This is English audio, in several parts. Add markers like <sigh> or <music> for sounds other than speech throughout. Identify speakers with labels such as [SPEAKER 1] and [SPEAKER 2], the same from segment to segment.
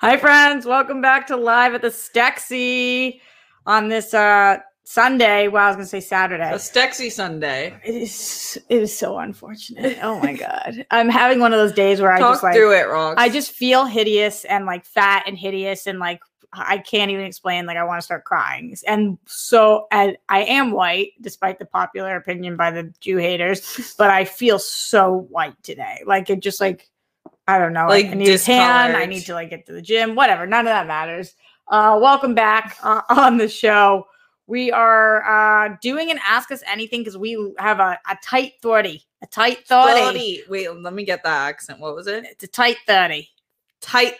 [SPEAKER 1] Hi, friends. Welcome back to Live at the Stexy on this uh, Sunday. Well, I was going to say
[SPEAKER 2] A
[SPEAKER 1] Saturday.
[SPEAKER 2] Stexy Sunday.
[SPEAKER 1] It is, it is so <laughs> unfortunate. Oh, my God. I'm having one of those days where I
[SPEAKER 2] Talk
[SPEAKER 1] just like,
[SPEAKER 2] through it, Rox.
[SPEAKER 1] I just feel hideous and like fat and hideous and like I can't even explain. Like I want to start crying. And so and I am white, despite the popular opinion by the Jew haters. But I feel so white today. Like it just like I don't know.
[SPEAKER 2] Like
[SPEAKER 1] I need a tan. I
[SPEAKER 2] discolored.
[SPEAKER 1] need to like get to the gym. Whatever. None of that matters. Uh, welcome back uh, <laughs> on the show. We are uh, doing an ask us anything because we have a, a tight thirty, a tight thirty.
[SPEAKER 2] thirty. Wait, let me get that accent. What was it?
[SPEAKER 1] It's a tight thirty.
[SPEAKER 2] Tight,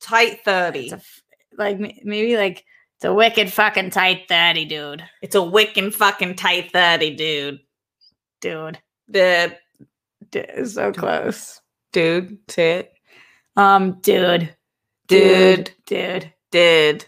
[SPEAKER 2] tight thirty.
[SPEAKER 1] It's a, f- like m- maybe like it's a wicked fucking tight thirty, dude.
[SPEAKER 2] It's a wicking fucking tight thirty, dude.
[SPEAKER 1] Dude,
[SPEAKER 2] The
[SPEAKER 1] dude so close.
[SPEAKER 2] dude, tit,
[SPEAKER 1] Um, dude,
[SPEAKER 2] dude,
[SPEAKER 1] dude.
[SPEAKER 2] did,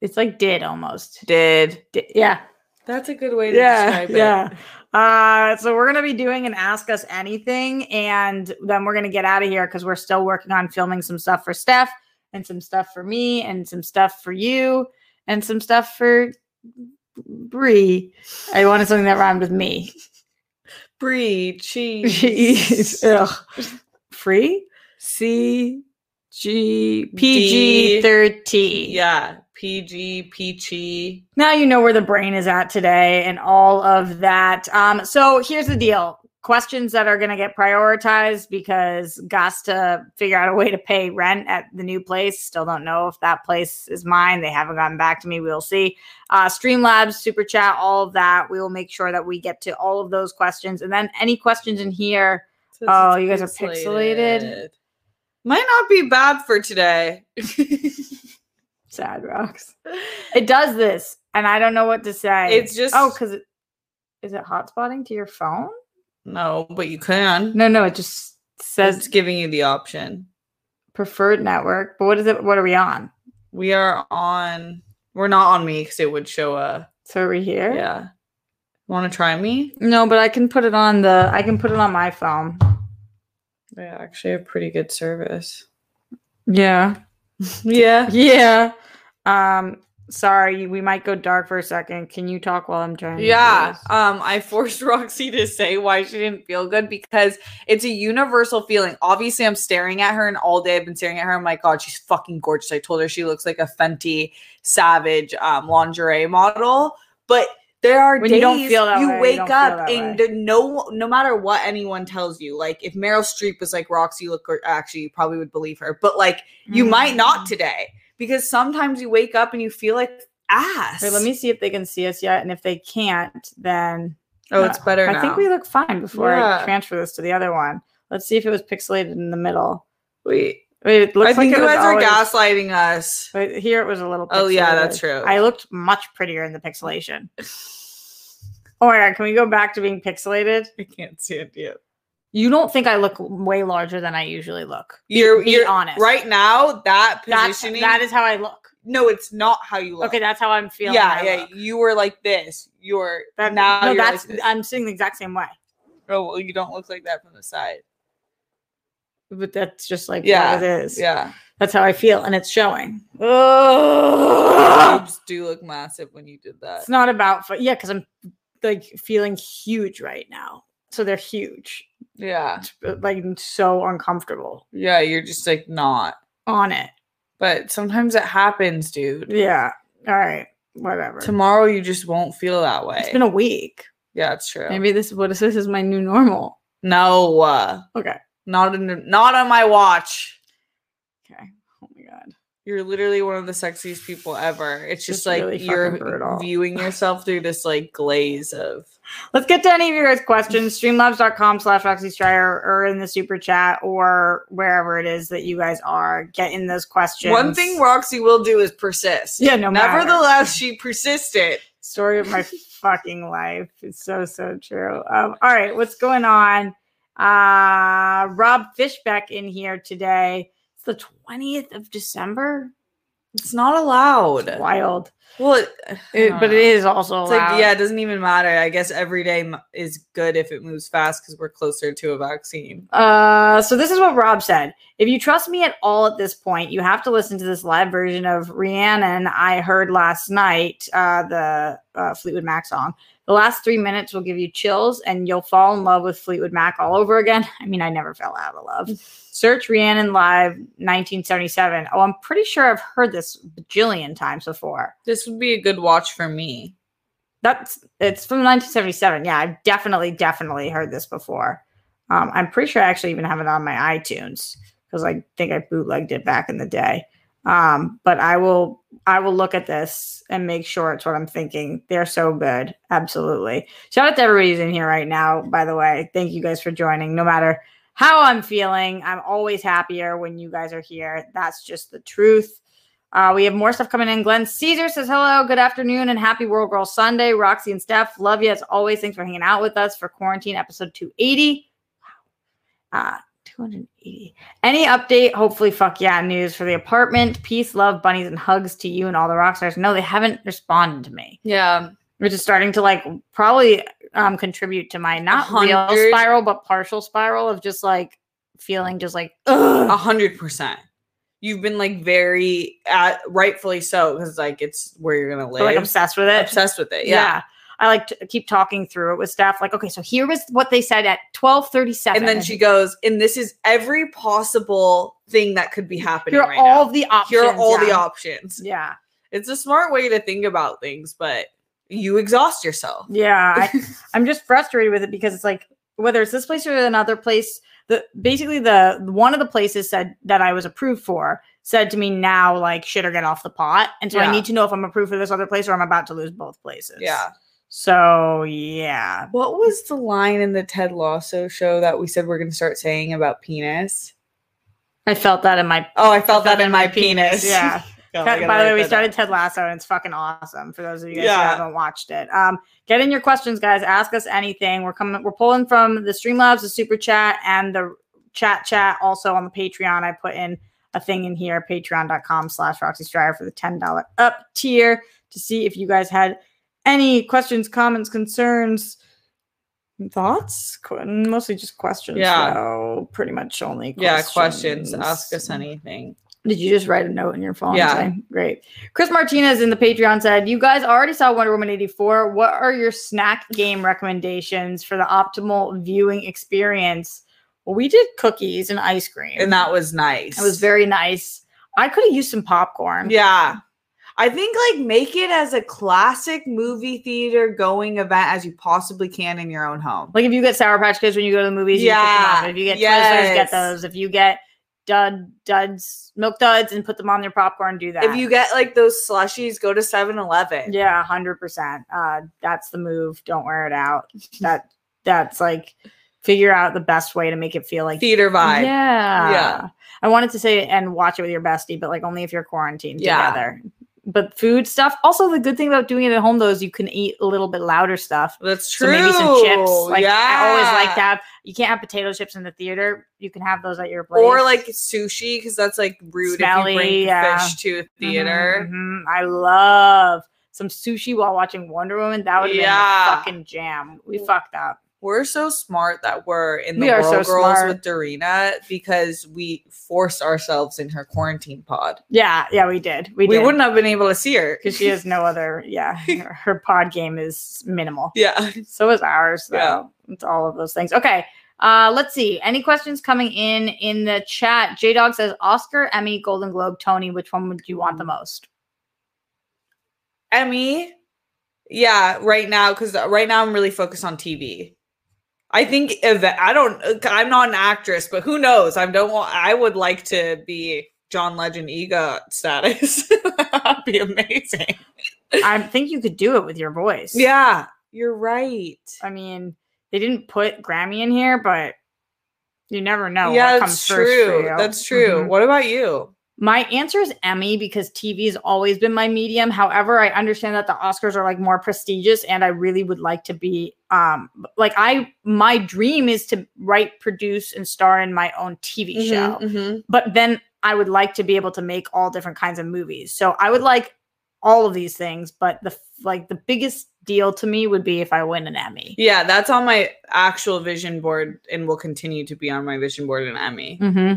[SPEAKER 1] It's like did almost.
[SPEAKER 2] did.
[SPEAKER 1] Di- yeah,
[SPEAKER 2] That's a good way to
[SPEAKER 1] yeah,
[SPEAKER 2] describe it.
[SPEAKER 1] yeah. Uh, so we're gonna be doing an ask us anything, and then we're gonna get out of here because we're still working on filming some stuff for Steph, and some stuff for me, and some stuff for you, and some stuff for Bree. I wanted something that rhymed with me.
[SPEAKER 2] Bree,
[SPEAKER 1] <laughs> Jeez.
[SPEAKER 2] cheese,
[SPEAKER 1] Ugh. Free? C G PG
[SPEAKER 2] D.
[SPEAKER 1] 13.
[SPEAKER 2] yeah. PG, peachy.
[SPEAKER 1] Now you know where the brain is at today and all of that. Um, so here's the deal questions that are going to get prioritized because Gus to figure out a way to pay rent at the new place. Still don't know if that place is mine. They haven't gotten back to me. We'll see. Uh, Streamlabs, Super Chat, all of that. We will make sure that we get to all of those questions. And then any questions in here
[SPEAKER 2] Says
[SPEAKER 1] Oh,
[SPEAKER 2] it's
[SPEAKER 1] you guys are pixelated.
[SPEAKER 2] Might not be bad for today.
[SPEAKER 1] Sad
[SPEAKER 2] <laughs>
[SPEAKER 1] rocks. It does this, and I don't know what to say.
[SPEAKER 2] It's just-
[SPEAKER 1] oh, because it is it hotspotting to your phone?
[SPEAKER 2] No, but you can.
[SPEAKER 1] No, no, it just
[SPEAKER 2] It's
[SPEAKER 1] says
[SPEAKER 2] giving you the option.
[SPEAKER 1] preferred network. But what is it? What are we on?
[SPEAKER 2] We are on. We're not on me because it would show a.
[SPEAKER 1] So are we here?
[SPEAKER 2] Yeah. Want to try me?
[SPEAKER 1] No, but I can put it on the. I can put it on my phone.
[SPEAKER 2] I actually have pretty good service.
[SPEAKER 1] Yeah. <laughs>
[SPEAKER 2] Yeah.
[SPEAKER 1] Yeah. Um. Sorry, we might go dark for a second. Can you talk while I'm trying? to do
[SPEAKER 2] Yeah.
[SPEAKER 1] this?
[SPEAKER 2] Um, I forced <laughs> Roxy to say why she didn't feel good because it's a universal feeling. Obviously, I'm staring at her, and all day I've been staring at her. I'm like, God, she's fucking gorgeous. I told her she looks like a Fenty Savage um, lingerie model, but there are
[SPEAKER 1] When
[SPEAKER 2] days
[SPEAKER 1] you don't feel that
[SPEAKER 2] you
[SPEAKER 1] way, you
[SPEAKER 2] wake
[SPEAKER 1] don't feel
[SPEAKER 2] up
[SPEAKER 1] that
[SPEAKER 2] and
[SPEAKER 1] way.
[SPEAKER 2] the- no, no matter what anyone tells you, like if Meryl Streep was like Roxy, look, gor- actually, you probably would believe her, but like
[SPEAKER 1] Mm.
[SPEAKER 2] you
[SPEAKER 1] Mm-hmm.
[SPEAKER 2] might not today because sometimes you wake up and you feel like ass.
[SPEAKER 1] Wait, let me see if they can see us yet, and if they can't, then
[SPEAKER 2] Oh, it's better.
[SPEAKER 1] I
[SPEAKER 2] now.
[SPEAKER 1] think we look fine before I
[SPEAKER 2] Yeah.
[SPEAKER 1] transfer this to the other one. Let's see if it was pixelated in the middle.
[SPEAKER 2] Wait,
[SPEAKER 1] Wait, it looks
[SPEAKER 2] I think
[SPEAKER 1] like it
[SPEAKER 2] you
[SPEAKER 1] was
[SPEAKER 2] guys are
[SPEAKER 1] always-
[SPEAKER 2] gaslighting us.
[SPEAKER 1] But here it was a little. Pixelated.
[SPEAKER 2] Oh yeah, that's true.
[SPEAKER 1] I looked much prettier in the pixelation. Oh my god, can we go back to being pixelated?
[SPEAKER 2] I can't see it yet.
[SPEAKER 1] You don't think I look way larger than I usually look?
[SPEAKER 2] You're
[SPEAKER 1] be
[SPEAKER 2] you're
[SPEAKER 1] honest.
[SPEAKER 2] right now. That
[SPEAKER 1] That's
[SPEAKER 2] positioning.
[SPEAKER 1] that is how I look.
[SPEAKER 2] no, it's not how you look.
[SPEAKER 1] Okay, that's how I'm feeling.
[SPEAKER 2] yeah,
[SPEAKER 1] I
[SPEAKER 2] yeah.
[SPEAKER 1] look.
[SPEAKER 2] You were like this. You're
[SPEAKER 1] That,
[SPEAKER 2] now.
[SPEAKER 1] no,
[SPEAKER 2] you're
[SPEAKER 1] that's
[SPEAKER 2] Like this.
[SPEAKER 1] I'm sitting the exact same way.
[SPEAKER 2] oh, well, you don't look like that from the side.
[SPEAKER 1] But that's just like
[SPEAKER 2] Yeah,
[SPEAKER 1] what it is.
[SPEAKER 2] Yeah,
[SPEAKER 1] That's how I feel, and it's showing. Ugh.
[SPEAKER 2] boobs do look massive when you did that.
[SPEAKER 1] It's not about fu- yeah, because I'm like feeling huge right now. So they're huge.
[SPEAKER 2] Yeah,
[SPEAKER 1] It's, uh, Like I'm so uncomfortable
[SPEAKER 2] yeah. You're just like not.
[SPEAKER 1] on it.
[SPEAKER 2] But sometimes it happens, dude.
[SPEAKER 1] Yeah. All right. Whatever.
[SPEAKER 2] Tomorrow you just won't feel that way.
[SPEAKER 1] It's been a week.
[SPEAKER 2] yeah, it's true.
[SPEAKER 1] Maybe this is what is this is my new normal.
[SPEAKER 2] No, uh,
[SPEAKER 1] Okay.
[SPEAKER 2] not in, not on my watch.
[SPEAKER 1] Okay. Oh my god.
[SPEAKER 2] You're literally one of the sexiest people ever. It's just
[SPEAKER 1] Just
[SPEAKER 2] like
[SPEAKER 1] really fucking brutal.
[SPEAKER 2] you're viewing yourself through this like glaze of
[SPEAKER 1] Let's get to any of your guys' questions. Streamlabs.com slash Roxy Stryer or in the super chat or wherever it is that you guys are. Get in those questions.
[SPEAKER 2] one thing Roxy will do is persist.
[SPEAKER 1] Yeah, no matter.
[SPEAKER 2] Nevertheless, she persisted.
[SPEAKER 1] story of
[SPEAKER 2] <laughs>
[SPEAKER 1] my fucking life. It's so so true. Um, all right, what's going on? Uh Rob Fishbeck in here today. It's the 20th of December.
[SPEAKER 2] It's not allowed.
[SPEAKER 1] Wild.
[SPEAKER 2] Well, it,
[SPEAKER 1] It- but it is also
[SPEAKER 2] Uh-huh. it's
[SPEAKER 1] allowed.
[SPEAKER 2] like yeah, it doesn't even matter. I guess every day m- is good if it moves fast because we're closer to a vaccine.
[SPEAKER 1] Uh, so this is what Rob said. If you trust me at all at this point, you have to listen to this live version of Rhiannon I heard last night, uh, the uh, Fleetwood Mac song. The last three minutes will give you chills and you'll fall in love with Fleetwood Mac all over again. <laughs> I mean, I never fell out of love. Search Rhiannon Live 1977. Oh, I'm pretty sure I've heard this bajillion times before.
[SPEAKER 2] This would be a good watch for me.
[SPEAKER 1] That's it's from 1977. Yeah, I've definitely, definitely heard this before. Um, I'm pretty sure I actually even have it on my iTunes because I think I bootlegged it back in the day. Um, but I will, I will look at this and make sure it's what I'm thinking. They're so good, absolutely. Shout out to everybody who's in here right now. By the way, thank you guys for joining. No matter how I'm feeling, I'm always happier when you guys are here. That's just the truth. Uh, we have more stuff coming in. Glenn Caesar says hello, good afternoon, and happy World Girl Sunday. Roxy and Steph, love you as always. Thanks for hanging out with us for quarantine episode 280. Wow. Uh, 280. Any update? Hopefully, fuck yeah, news for the apartment. Peace, love, bunnies, and hugs to you and all the rock stars. No, they haven't responded to me,
[SPEAKER 2] Yeah,
[SPEAKER 1] which is starting to like probably um contribute to my not real
[SPEAKER 2] 100.
[SPEAKER 1] spiral, but partial spiral of just like feeling just like, ugh.
[SPEAKER 2] a hundred percent. You've been like very at rightfully so because like it's where you're gonna live.
[SPEAKER 1] like obsessed with it.
[SPEAKER 2] obsessed with it.
[SPEAKER 1] yeah.
[SPEAKER 2] Yeah.
[SPEAKER 1] I like to keep talking through it with staff. Like, okay, so here was what they said at twelve thirty seven,
[SPEAKER 2] And then she goes, and this is every possible thing that could be happening
[SPEAKER 1] here are
[SPEAKER 2] right
[SPEAKER 1] all
[SPEAKER 2] now.
[SPEAKER 1] the options.
[SPEAKER 2] Here are all the
[SPEAKER 1] yeah.
[SPEAKER 2] options.
[SPEAKER 1] Yeah,
[SPEAKER 2] It's a smart way to think about things, but you exhaust yourself.
[SPEAKER 1] yeah.
[SPEAKER 2] <laughs>
[SPEAKER 1] I, I'm just frustrated with it because it's like whether it's this place or another place. The basically the one of the places said that I was approved for said to me now like shit or get off the pot, and so I
[SPEAKER 2] Yeah.
[SPEAKER 1] need to know if I'm approved for this other place or I'm about to lose both places.
[SPEAKER 2] Yeah.
[SPEAKER 1] So yeah,
[SPEAKER 2] What was the line in the Ted Lasso show that we said we're going to start saying about penis?
[SPEAKER 1] I felt that in
[SPEAKER 2] <laughs>
[SPEAKER 1] my
[SPEAKER 2] Oh, I felt that in my
[SPEAKER 1] penis.
[SPEAKER 2] penis.
[SPEAKER 1] Yeah.
[SPEAKER 2] <laughs> Oh, I
[SPEAKER 1] Ted-
[SPEAKER 2] gotta
[SPEAKER 1] by the way,
[SPEAKER 2] write
[SPEAKER 1] we
[SPEAKER 2] that
[SPEAKER 1] started
[SPEAKER 2] down.
[SPEAKER 1] Ted Lasso, and it's fucking awesome. For those of you guys
[SPEAKER 2] Yeah.
[SPEAKER 1] who haven't watched it, um, get in your questions, guys. Ask us anything. We're coming. We're pulling from the Streamlabs, the Super Chat, and the Chat Chat. Also on the Patreon, I put in a thing in here, Patreon.com/slash Roxy Stryer for the ten dollar up tier to see if you guys had any questions, comments, concerns. Thoughts? Qu- Mostly just questions.
[SPEAKER 2] Yeah.
[SPEAKER 1] though. pretty much only.
[SPEAKER 2] Yeah, questions. Ask us anything.
[SPEAKER 1] Did you just write a note in your phone?
[SPEAKER 2] Yeah.
[SPEAKER 1] saying- Great. Chris Martinez in the Patreon said, You guys already saw Wonder Woman 84. What are your snack game recommendations for the optimal viewing experience? Well, we did cookies and ice cream.
[SPEAKER 2] And that was nice.
[SPEAKER 1] it was very nice. I could have used some popcorn.
[SPEAKER 2] Yeah. I think like make it as a classic movie theater going event as you possibly can in your own home.
[SPEAKER 1] Like if you get Sour Patch Kids when you go to the movies, you pick them
[SPEAKER 2] Yeah.
[SPEAKER 1] up. If you get Twizzlers, get
[SPEAKER 2] Yes.
[SPEAKER 1] those. If you get dud duds, milk duds, and put them on your popcorn, do that.
[SPEAKER 2] If you get like those slushies, go to 7 Eleven.
[SPEAKER 1] Yeah, hundred percent. Uh, that's the move. Don't wear it
[SPEAKER 2] <laughs>
[SPEAKER 1] out. That that's like figure out the best way to make it feel like
[SPEAKER 2] Theater vibe.
[SPEAKER 1] Yeah,
[SPEAKER 2] Yeah.
[SPEAKER 1] I wanted to say and watch it with your bestie, but like only if you're quarantined
[SPEAKER 2] Yeah.
[SPEAKER 1] together. But food stuff. Also, the good thing about doing it at home though is you can eat a little bit louder stuff.
[SPEAKER 2] That's
[SPEAKER 1] So
[SPEAKER 2] true.
[SPEAKER 1] maybe some chips. Like I always like
[SPEAKER 2] Yeah.
[SPEAKER 1] to have. You can't have potato chips in the theater. You can have those at your place
[SPEAKER 2] Or like sushi, because that's like rude if
[SPEAKER 1] Smelly,
[SPEAKER 2] you bring
[SPEAKER 1] yeah. Mm-hmm.
[SPEAKER 2] fish to a theater.
[SPEAKER 1] Mhm, mhm. I love some sushi while watching Wonder Woman. That would have
[SPEAKER 2] Yeah.
[SPEAKER 1] been a fucking jam. We fucked up.
[SPEAKER 2] We're so smart that we're in the
[SPEAKER 1] We are
[SPEAKER 2] World
[SPEAKER 1] so
[SPEAKER 2] Girls
[SPEAKER 1] smart.
[SPEAKER 2] with Dorina because we forced ourselves in her quarantine pod.
[SPEAKER 1] Yeah, yeah, we did.
[SPEAKER 2] We,
[SPEAKER 1] We, <laughs> did.
[SPEAKER 2] wouldn't have been able to see
[SPEAKER 1] <laughs>
[SPEAKER 2] her
[SPEAKER 1] because she has no other. Yeah, her, her pod game is minimal.
[SPEAKER 2] <laughs> Yeah.
[SPEAKER 1] So is ours though.
[SPEAKER 2] Yeah.
[SPEAKER 1] It's all of those things. Okay. Uh, let's see. Any questions coming in in the chat? J Dog says Oscar, Emmy, Golden Globe, Tony. Which one would you want the
[SPEAKER 2] Mm.
[SPEAKER 1] most?
[SPEAKER 2] Emmy. Yeah, right now because right now I'm really focused on TV. I think if I don't. I'm not an actress, but who knows? I don't. Want, I would like to be John Legend EGOT status. <laughs> That'd be amazing.
[SPEAKER 1] I think you could do it with your voice.
[SPEAKER 2] Yeah, you're right.
[SPEAKER 1] I mean, they didn't put Grammy in here, but you never know.
[SPEAKER 2] yeah,
[SPEAKER 1] what
[SPEAKER 2] that's
[SPEAKER 1] comes first for
[SPEAKER 2] true.
[SPEAKER 1] you.
[SPEAKER 2] That's true.
[SPEAKER 1] Mhm.
[SPEAKER 2] What about you?
[SPEAKER 1] My answer is Emmy because TV has always been my medium. However, I understand that the Oscars are like more prestigious, and I really would like to be um like I my dream is to write, produce, and star in my own TV show.
[SPEAKER 2] Mhm, mhm.
[SPEAKER 1] But then I would like to be able to make all different kinds of movies. So I would like all of these things, but the f- like the biggest deal to me would be if I win an Emmy.
[SPEAKER 2] Yeah, that's on my actual vision board and will continue to be on my vision board and Emmy.
[SPEAKER 1] hmm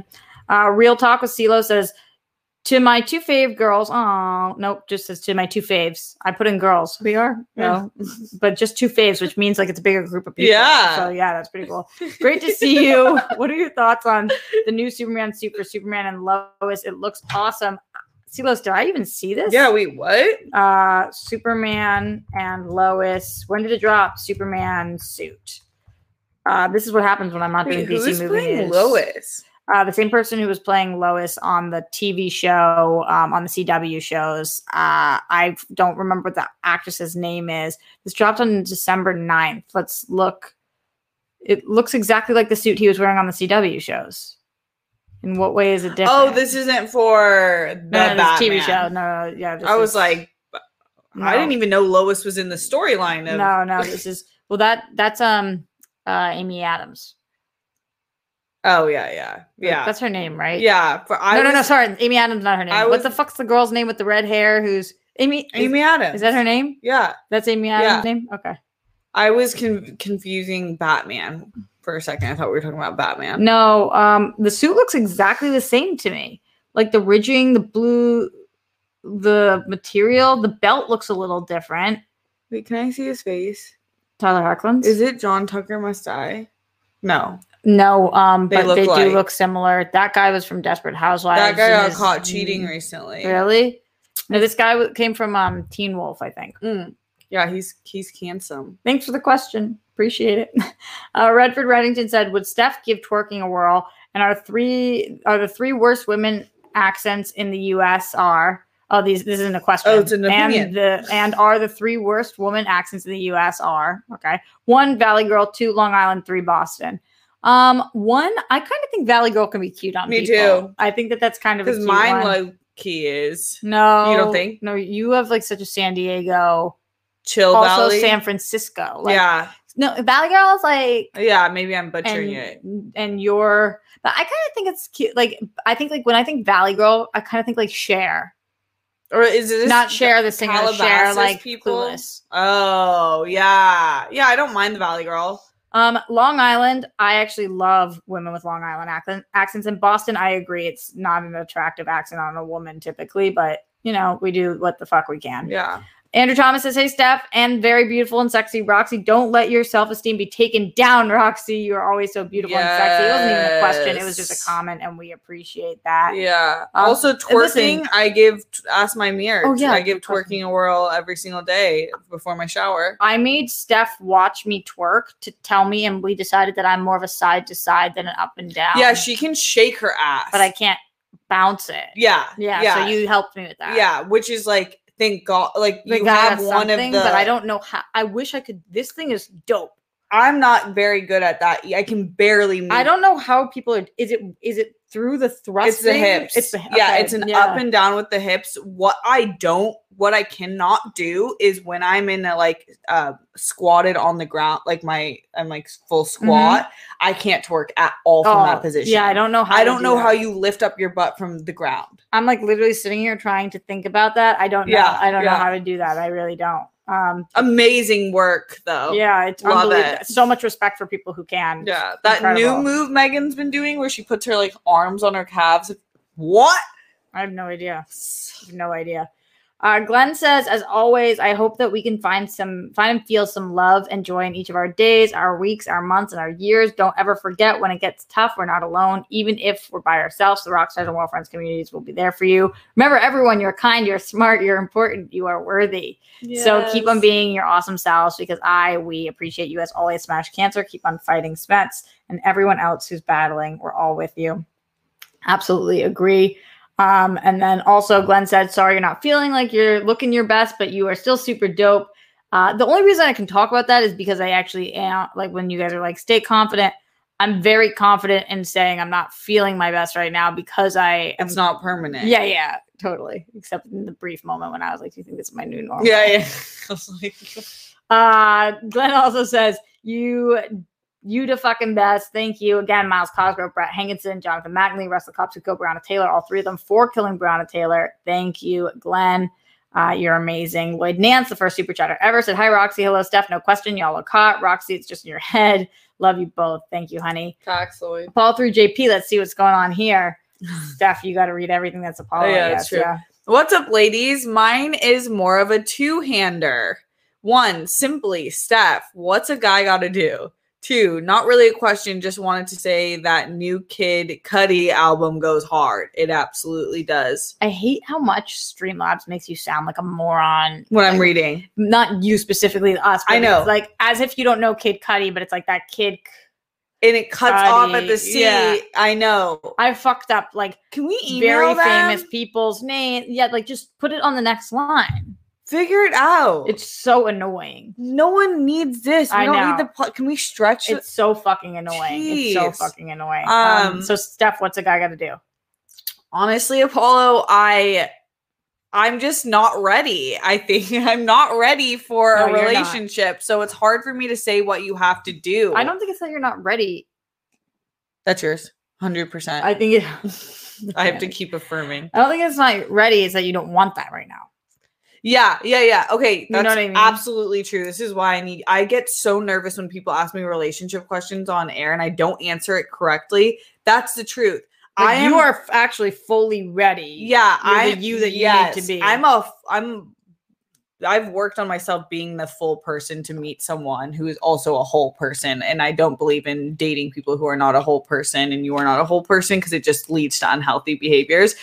[SPEAKER 1] Uh, Real talk with CeeLo says to my two fave girls. Oh nope, just says to my two faves. I put in girls. We are no, <laughs> but just two faves, which means like it's a bigger group of people.
[SPEAKER 2] Yeah.
[SPEAKER 1] So yeah, that's pretty cool. Great to see you. <laughs> what are your thoughts on the new Superman, Super Superman, and Lois? It looks awesome. CeeLo, did I even see this?
[SPEAKER 2] <laughs> Yeah, wait, what?
[SPEAKER 1] uh Superman and Lois. When did it drop? Superman suit. Uh this is what happens when I'm not doing
[SPEAKER 2] Wait,
[SPEAKER 1] DC
[SPEAKER 2] who's
[SPEAKER 1] movie
[SPEAKER 2] playing
[SPEAKER 1] news.
[SPEAKER 2] Lois?
[SPEAKER 1] Uh the same person who was playing Lois on the TV show, um, on the CW shows. Uh I don't remember what the actress's name is. This dropped on December 9th. Let's look. It looks exactly like the suit he was wearing on the CW shows. In what way is it different?
[SPEAKER 2] Oh, this isn't for the
[SPEAKER 1] no, no, this TV show.
[SPEAKER 2] Batman.
[SPEAKER 1] No, no, yeah. this
[SPEAKER 2] I was
[SPEAKER 1] is-
[SPEAKER 2] like, I
[SPEAKER 1] no.
[SPEAKER 2] didn't even know Lois was in the storyline of.
[SPEAKER 1] No, no, this is well that that's um uh Amy Adams.
[SPEAKER 2] Oh yeah, yeah, yeah,
[SPEAKER 1] That's her name, right?
[SPEAKER 2] yeah. For I
[SPEAKER 1] no, no, no,
[SPEAKER 2] was-
[SPEAKER 1] sorry. Amy Adams not her name.
[SPEAKER 2] I
[SPEAKER 1] what the
[SPEAKER 2] was-
[SPEAKER 1] fuck's the girl's name with the red hair who's Amy is-
[SPEAKER 2] Amy Adams.
[SPEAKER 1] Is, that her name?
[SPEAKER 2] Yeah,
[SPEAKER 1] That's Amy Adams' name? Okay.
[SPEAKER 2] I was con- confusing Batman for a second. I thought we were talking about Batman.
[SPEAKER 1] No, um the suit looks exactly the same to me. Like the ridging, the blue the material, the belt looks a little different.
[SPEAKER 2] Wait, can I see his face?
[SPEAKER 1] Tyler Harkland's?
[SPEAKER 2] Is it John Tucker Must Die? No,
[SPEAKER 1] no, um,
[SPEAKER 2] They
[SPEAKER 1] but
[SPEAKER 2] look
[SPEAKER 1] they
[SPEAKER 2] like-
[SPEAKER 1] do look similar. That guy was from Desperate Housewives.
[SPEAKER 2] that guy
[SPEAKER 1] and
[SPEAKER 2] got
[SPEAKER 1] is- Mm,
[SPEAKER 2] caught cheating recently.
[SPEAKER 1] Really? No, this guy w- came from um, Teen Wolf, I think.
[SPEAKER 2] Mm. Yeah, he's he's handsome.
[SPEAKER 1] Thanks for the question. Appreciate it. <laughs> Uh, Redford Reddington said, "Would Steph give twerking a whirl?" And our three are the three worst women accents in the U.S. are. Oh, these this isn't a question.
[SPEAKER 2] Oh, it's an opinion.
[SPEAKER 1] And the and are the three worst woman accents in the U.S. are okay. One Valley Girl, two Long Island, three Boston. Um, one I kind of think Valley Girl can be cute on
[SPEAKER 2] Me
[SPEAKER 1] people.
[SPEAKER 2] too.
[SPEAKER 1] I think that that's kind of a
[SPEAKER 2] Because
[SPEAKER 1] cute one.
[SPEAKER 2] mine low key is
[SPEAKER 1] No,
[SPEAKER 2] think?
[SPEAKER 1] No, you have like such a San Diego,
[SPEAKER 2] Chill
[SPEAKER 1] also
[SPEAKER 2] Valley.
[SPEAKER 1] San Francisco. Like,
[SPEAKER 2] yeah,
[SPEAKER 1] no, Valley Girl is like,
[SPEAKER 2] yeah. Maybe I'm butchering it.
[SPEAKER 1] and and your, but I kind of think it's cute. Like, I think like when I think Valley Girl, I kind of think like Cher,
[SPEAKER 2] Or is it
[SPEAKER 1] not Cher the singer, Cher
[SPEAKER 2] Calabasas
[SPEAKER 1] like
[SPEAKER 2] people?
[SPEAKER 1] Clueless.
[SPEAKER 2] Oh yeah, yeah. I don't mind the Valley Girl.
[SPEAKER 1] Um, Long Island, I actually love women with Long Island accent, accents. In Boston, I agree, it's not an attractive accent on a woman typically, but you know, we do what the fuck we can.
[SPEAKER 2] Yeah.
[SPEAKER 1] Andrew Thomas says, Hey, Steph, and very beautiful and sexy Roxy. Don't let your self esteem be taken down, Roxy. You are always so beautiful and sexy. It wasn't even a question, it was just
[SPEAKER 2] Yes.
[SPEAKER 1] a comment, and we appreciate that.
[SPEAKER 2] Yeah.
[SPEAKER 1] Um,
[SPEAKER 2] also,
[SPEAKER 1] and listen-
[SPEAKER 2] twerking. I give ask my mirror.
[SPEAKER 1] Oh, yeah,
[SPEAKER 2] I give
[SPEAKER 1] good question.
[SPEAKER 2] twerking a whirl every single day before my shower.
[SPEAKER 1] I made Steph watch me twerk to tell me, and we decided that I'm more of a side to side than an up and down.
[SPEAKER 2] Yeah, she can shake her ass.
[SPEAKER 1] but I can't bounce it.
[SPEAKER 2] Yeah.
[SPEAKER 1] Yeah,
[SPEAKER 2] Yeah.
[SPEAKER 1] so you helped me with that.
[SPEAKER 2] yeah, which is like thank God. Like
[SPEAKER 1] Like,
[SPEAKER 2] you
[SPEAKER 1] I
[SPEAKER 2] have
[SPEAKER 1] got
[SPEAKER 2] one of the.
[SPEAKER 1] something, but I don't know how. I wish I could. This thing is dope.
[SPEAKER 2] I'm not very good at that. I can barely. Move.
[SPEAKER 1] I don't know how people are. Is it is it through the thrusting?
[SPEAKER 2] Mm. It's the hips.
[SPEAKER 1] It's the,
[SPEAKER 2] Yeah,
[SPEAKER 1] okay,
[SPEAKER 2] it's an
[SPEAKER 1] yeah.
[SPEAKER 2] up and down with the hips. What I don't, what I cannot do is when I'm in a like uh squatted on the ground, like my I'm like full squat, I can't twerk at all from that position.
[SPEAKER 1] Mm-hmm. Oh, Yeah, I don't know how.
[SPEAKER 2] I
[SPEAKER 1] to
[SPEAKER 2] don't
[SPEAKER 1] do
[SPEAKER 2] know
[SPEAKER 1] that.
[SPEAKER 2] how you lift up your butt from the ground.
[SPEAKER 1] I'm like literally sitting here trying to think about that. I don't know.
[SPEAKER 2] Yeah,
[SPEAKER 1] I don't
[SPEAKER 2] yeah.
[SPEAKER 1] know how to do that. I really don't. Um.
[SPEAKER 2] Amazing work though.
[SPEAKER 1] yeah, it's
[SPEAKER 2] Oh, love
[SPEAKER 1] unbelievable.
[SPEAKER 2] it.
[SPEAKER 1] So much respect for people who can.
[SPEAKER 2] Yeah. That
[SPEAKER 1] Incredible.
[SPEAKER 2] new move Megan's been doing where she puts her like arms on her calves. What?
[SPEAKER 1] I have no idea. I have no idea. Uh, Glenn says, as always, I hope that we can find some, find and feel some love and joy in each of our days, our weeks, our months, and our years. Don't ever forget when it gets tough, we're not alone. Even if we're by ourselves, the Rockstars and Wall Friends communities will be there for you. Remember, everyone, you're kind, you're smart, you're important, you are worthy. So keep on being your awesome selves because I, we appreciate you as always, Smash Cancer. Keep on fighting Smets and everyone else who's battling. We're all with you. Absolutely agree. Um, and then also, Glenn said, sorry, you're not feeling like you're looking your best, but you are still super dope. Uh, the only reason I can talk about that is because I actually am like when you guys are like, stay confident. I'm very confident in saying I'm not feeling my best right now because I am.
[SPEAKER 2] It's not permanent.
[SPEAKER 1] Yeah, yeah, totally. Except in the brief moment when I was like, do you think this is my new normal?
[SPEAKER 2] <laughs> Yeah, yeah. I was like,
[SPEAKER 1] Uh, Glenn also says you You the fucking best. Thank you again, Miles Cosgrove, Brett Hankinson, Jonathan McNally, Russell Kopsico, Breonna Taylor, all three of them for killing Breonna Taylor. Thank you, Glenn. Uh, you're amazing. Lloyd Nance, the first super chatter ever, said, Hi, Roxy. Hello, Steph. No question. Y'all look hot. Roxy, it's just in your head. Love you both. Thank you, honey.
[SPEAKER 2] Cox Lloyd.
[SPEAKER 1] Paul through JP. Let's see what's going on
[SPEAKER 2] <laughs>
[SPEAKER 1] here. Steph, you got to read everything that's Apollo.
[SPEAKER 2] Oh, yeah,
[SPEAKER 1] I
[SPEAKER 2] that's
[SPEAKER 1] guess.
[SPEAKER 2] true. What's up, ladies? Mine is more of a two hander. One, simply, Steph, what's a guy got to do? Two, not really a question, just wanted to say that new Kid Cudi album goes hard. It absolutely does.
[SPEAKER 1] I hate how much Streamlabs makes you sound like a moron.
[SPEAKER 2] When I'm
[SPEAKER 1] Like,
[SPEAKER 2] reading,
[SPEAKER 1] not you specifically, us. but
[SPEAKER 2] I know.
[SPEAKER 1] it's like as if you don't know Kid Cudi, but it's like that kid. C-
[SPEAKER 2] and it cuts off at the
[SPEAKER 1] Cudi,
[SPEAKER 2] C. I
[SPEAKER 1] yeah.
[SPEAKER 2] know.
[SPEAKER 1] I fucked up like
[SPEAKER 2] Can we
[SPEAKER 1] very
[SPEAKER 2] email them?
[SPEAKER 1] famous people's name. Yeah, like just put it on the next line.
[SPEAKER 2] Figure it out.
[SPEAKER 1] It's so annoying.
[SPEAKER 2] no one needs this. We
[SPEAKER 1] I
[SPEAKER 2] don't need
[SPEAKER 1] know.
[SPEAKER 2] the. Pl- Can we stretch it?
[SPEAKER 1] It's so fucking annoying. It's so
[SPEAKER 2] Jeez.
[SPEAKER 1] fucking annoying.
[SPEAKER 2] Um,
[SPEAKER 1] Um, so Steph, what's a guy got to do?
[SPEAKER 2] honestly apollo i i'm just not ready i think <laughs> i'm not ready for
[SPEAKER 1] No,
[SPEAKER 2] a
[SPEAKER 1] you're not.
[SPEAKER 2] relationship so it's hard for me to say what you have to do
[SPEAKER 1] I don't think it's that you're not ready.
[SPEAKER 2] that's yours 100%
[SPEAKER 1] I
[SPEAKER 2] i,
[SPEAKER 1] think
[SPEAKER 2] <laughs>
[SPEAKER 1] it.
[SPEAKER 2] have to keep affirming
[SPEAKER 1] I don't think it's not ready. It's that you don't want that right now.
[SPEAKER 2] yeah yeah yeah okay
[SPEAKER 1] know
[SPEAKER 2] that's
[SPEAKER 1] what I mean?
[SPEAKER 2] absolutely true this is why i need i get so nervous when people ask me relationship questions on air and i don't answer it correctly that's the truth
[SPEAKER 1] Like,
[SPEAKER 2] i am
[SPEAKER 1] you are f- actually fully ready.
[SPEAKER 2] yeah
[SPEAKER 1] You're
[SPEAKER 2] i
[SPEAKER 1] the you that you need to be.
[SPEAKER 2] i'm a f- i'm i've worked on myself being the full person to meet someone who is also a whole person and i don't believe in dating people who are not a whole person and you are not a whole person because it just leads to unhealthy behaviors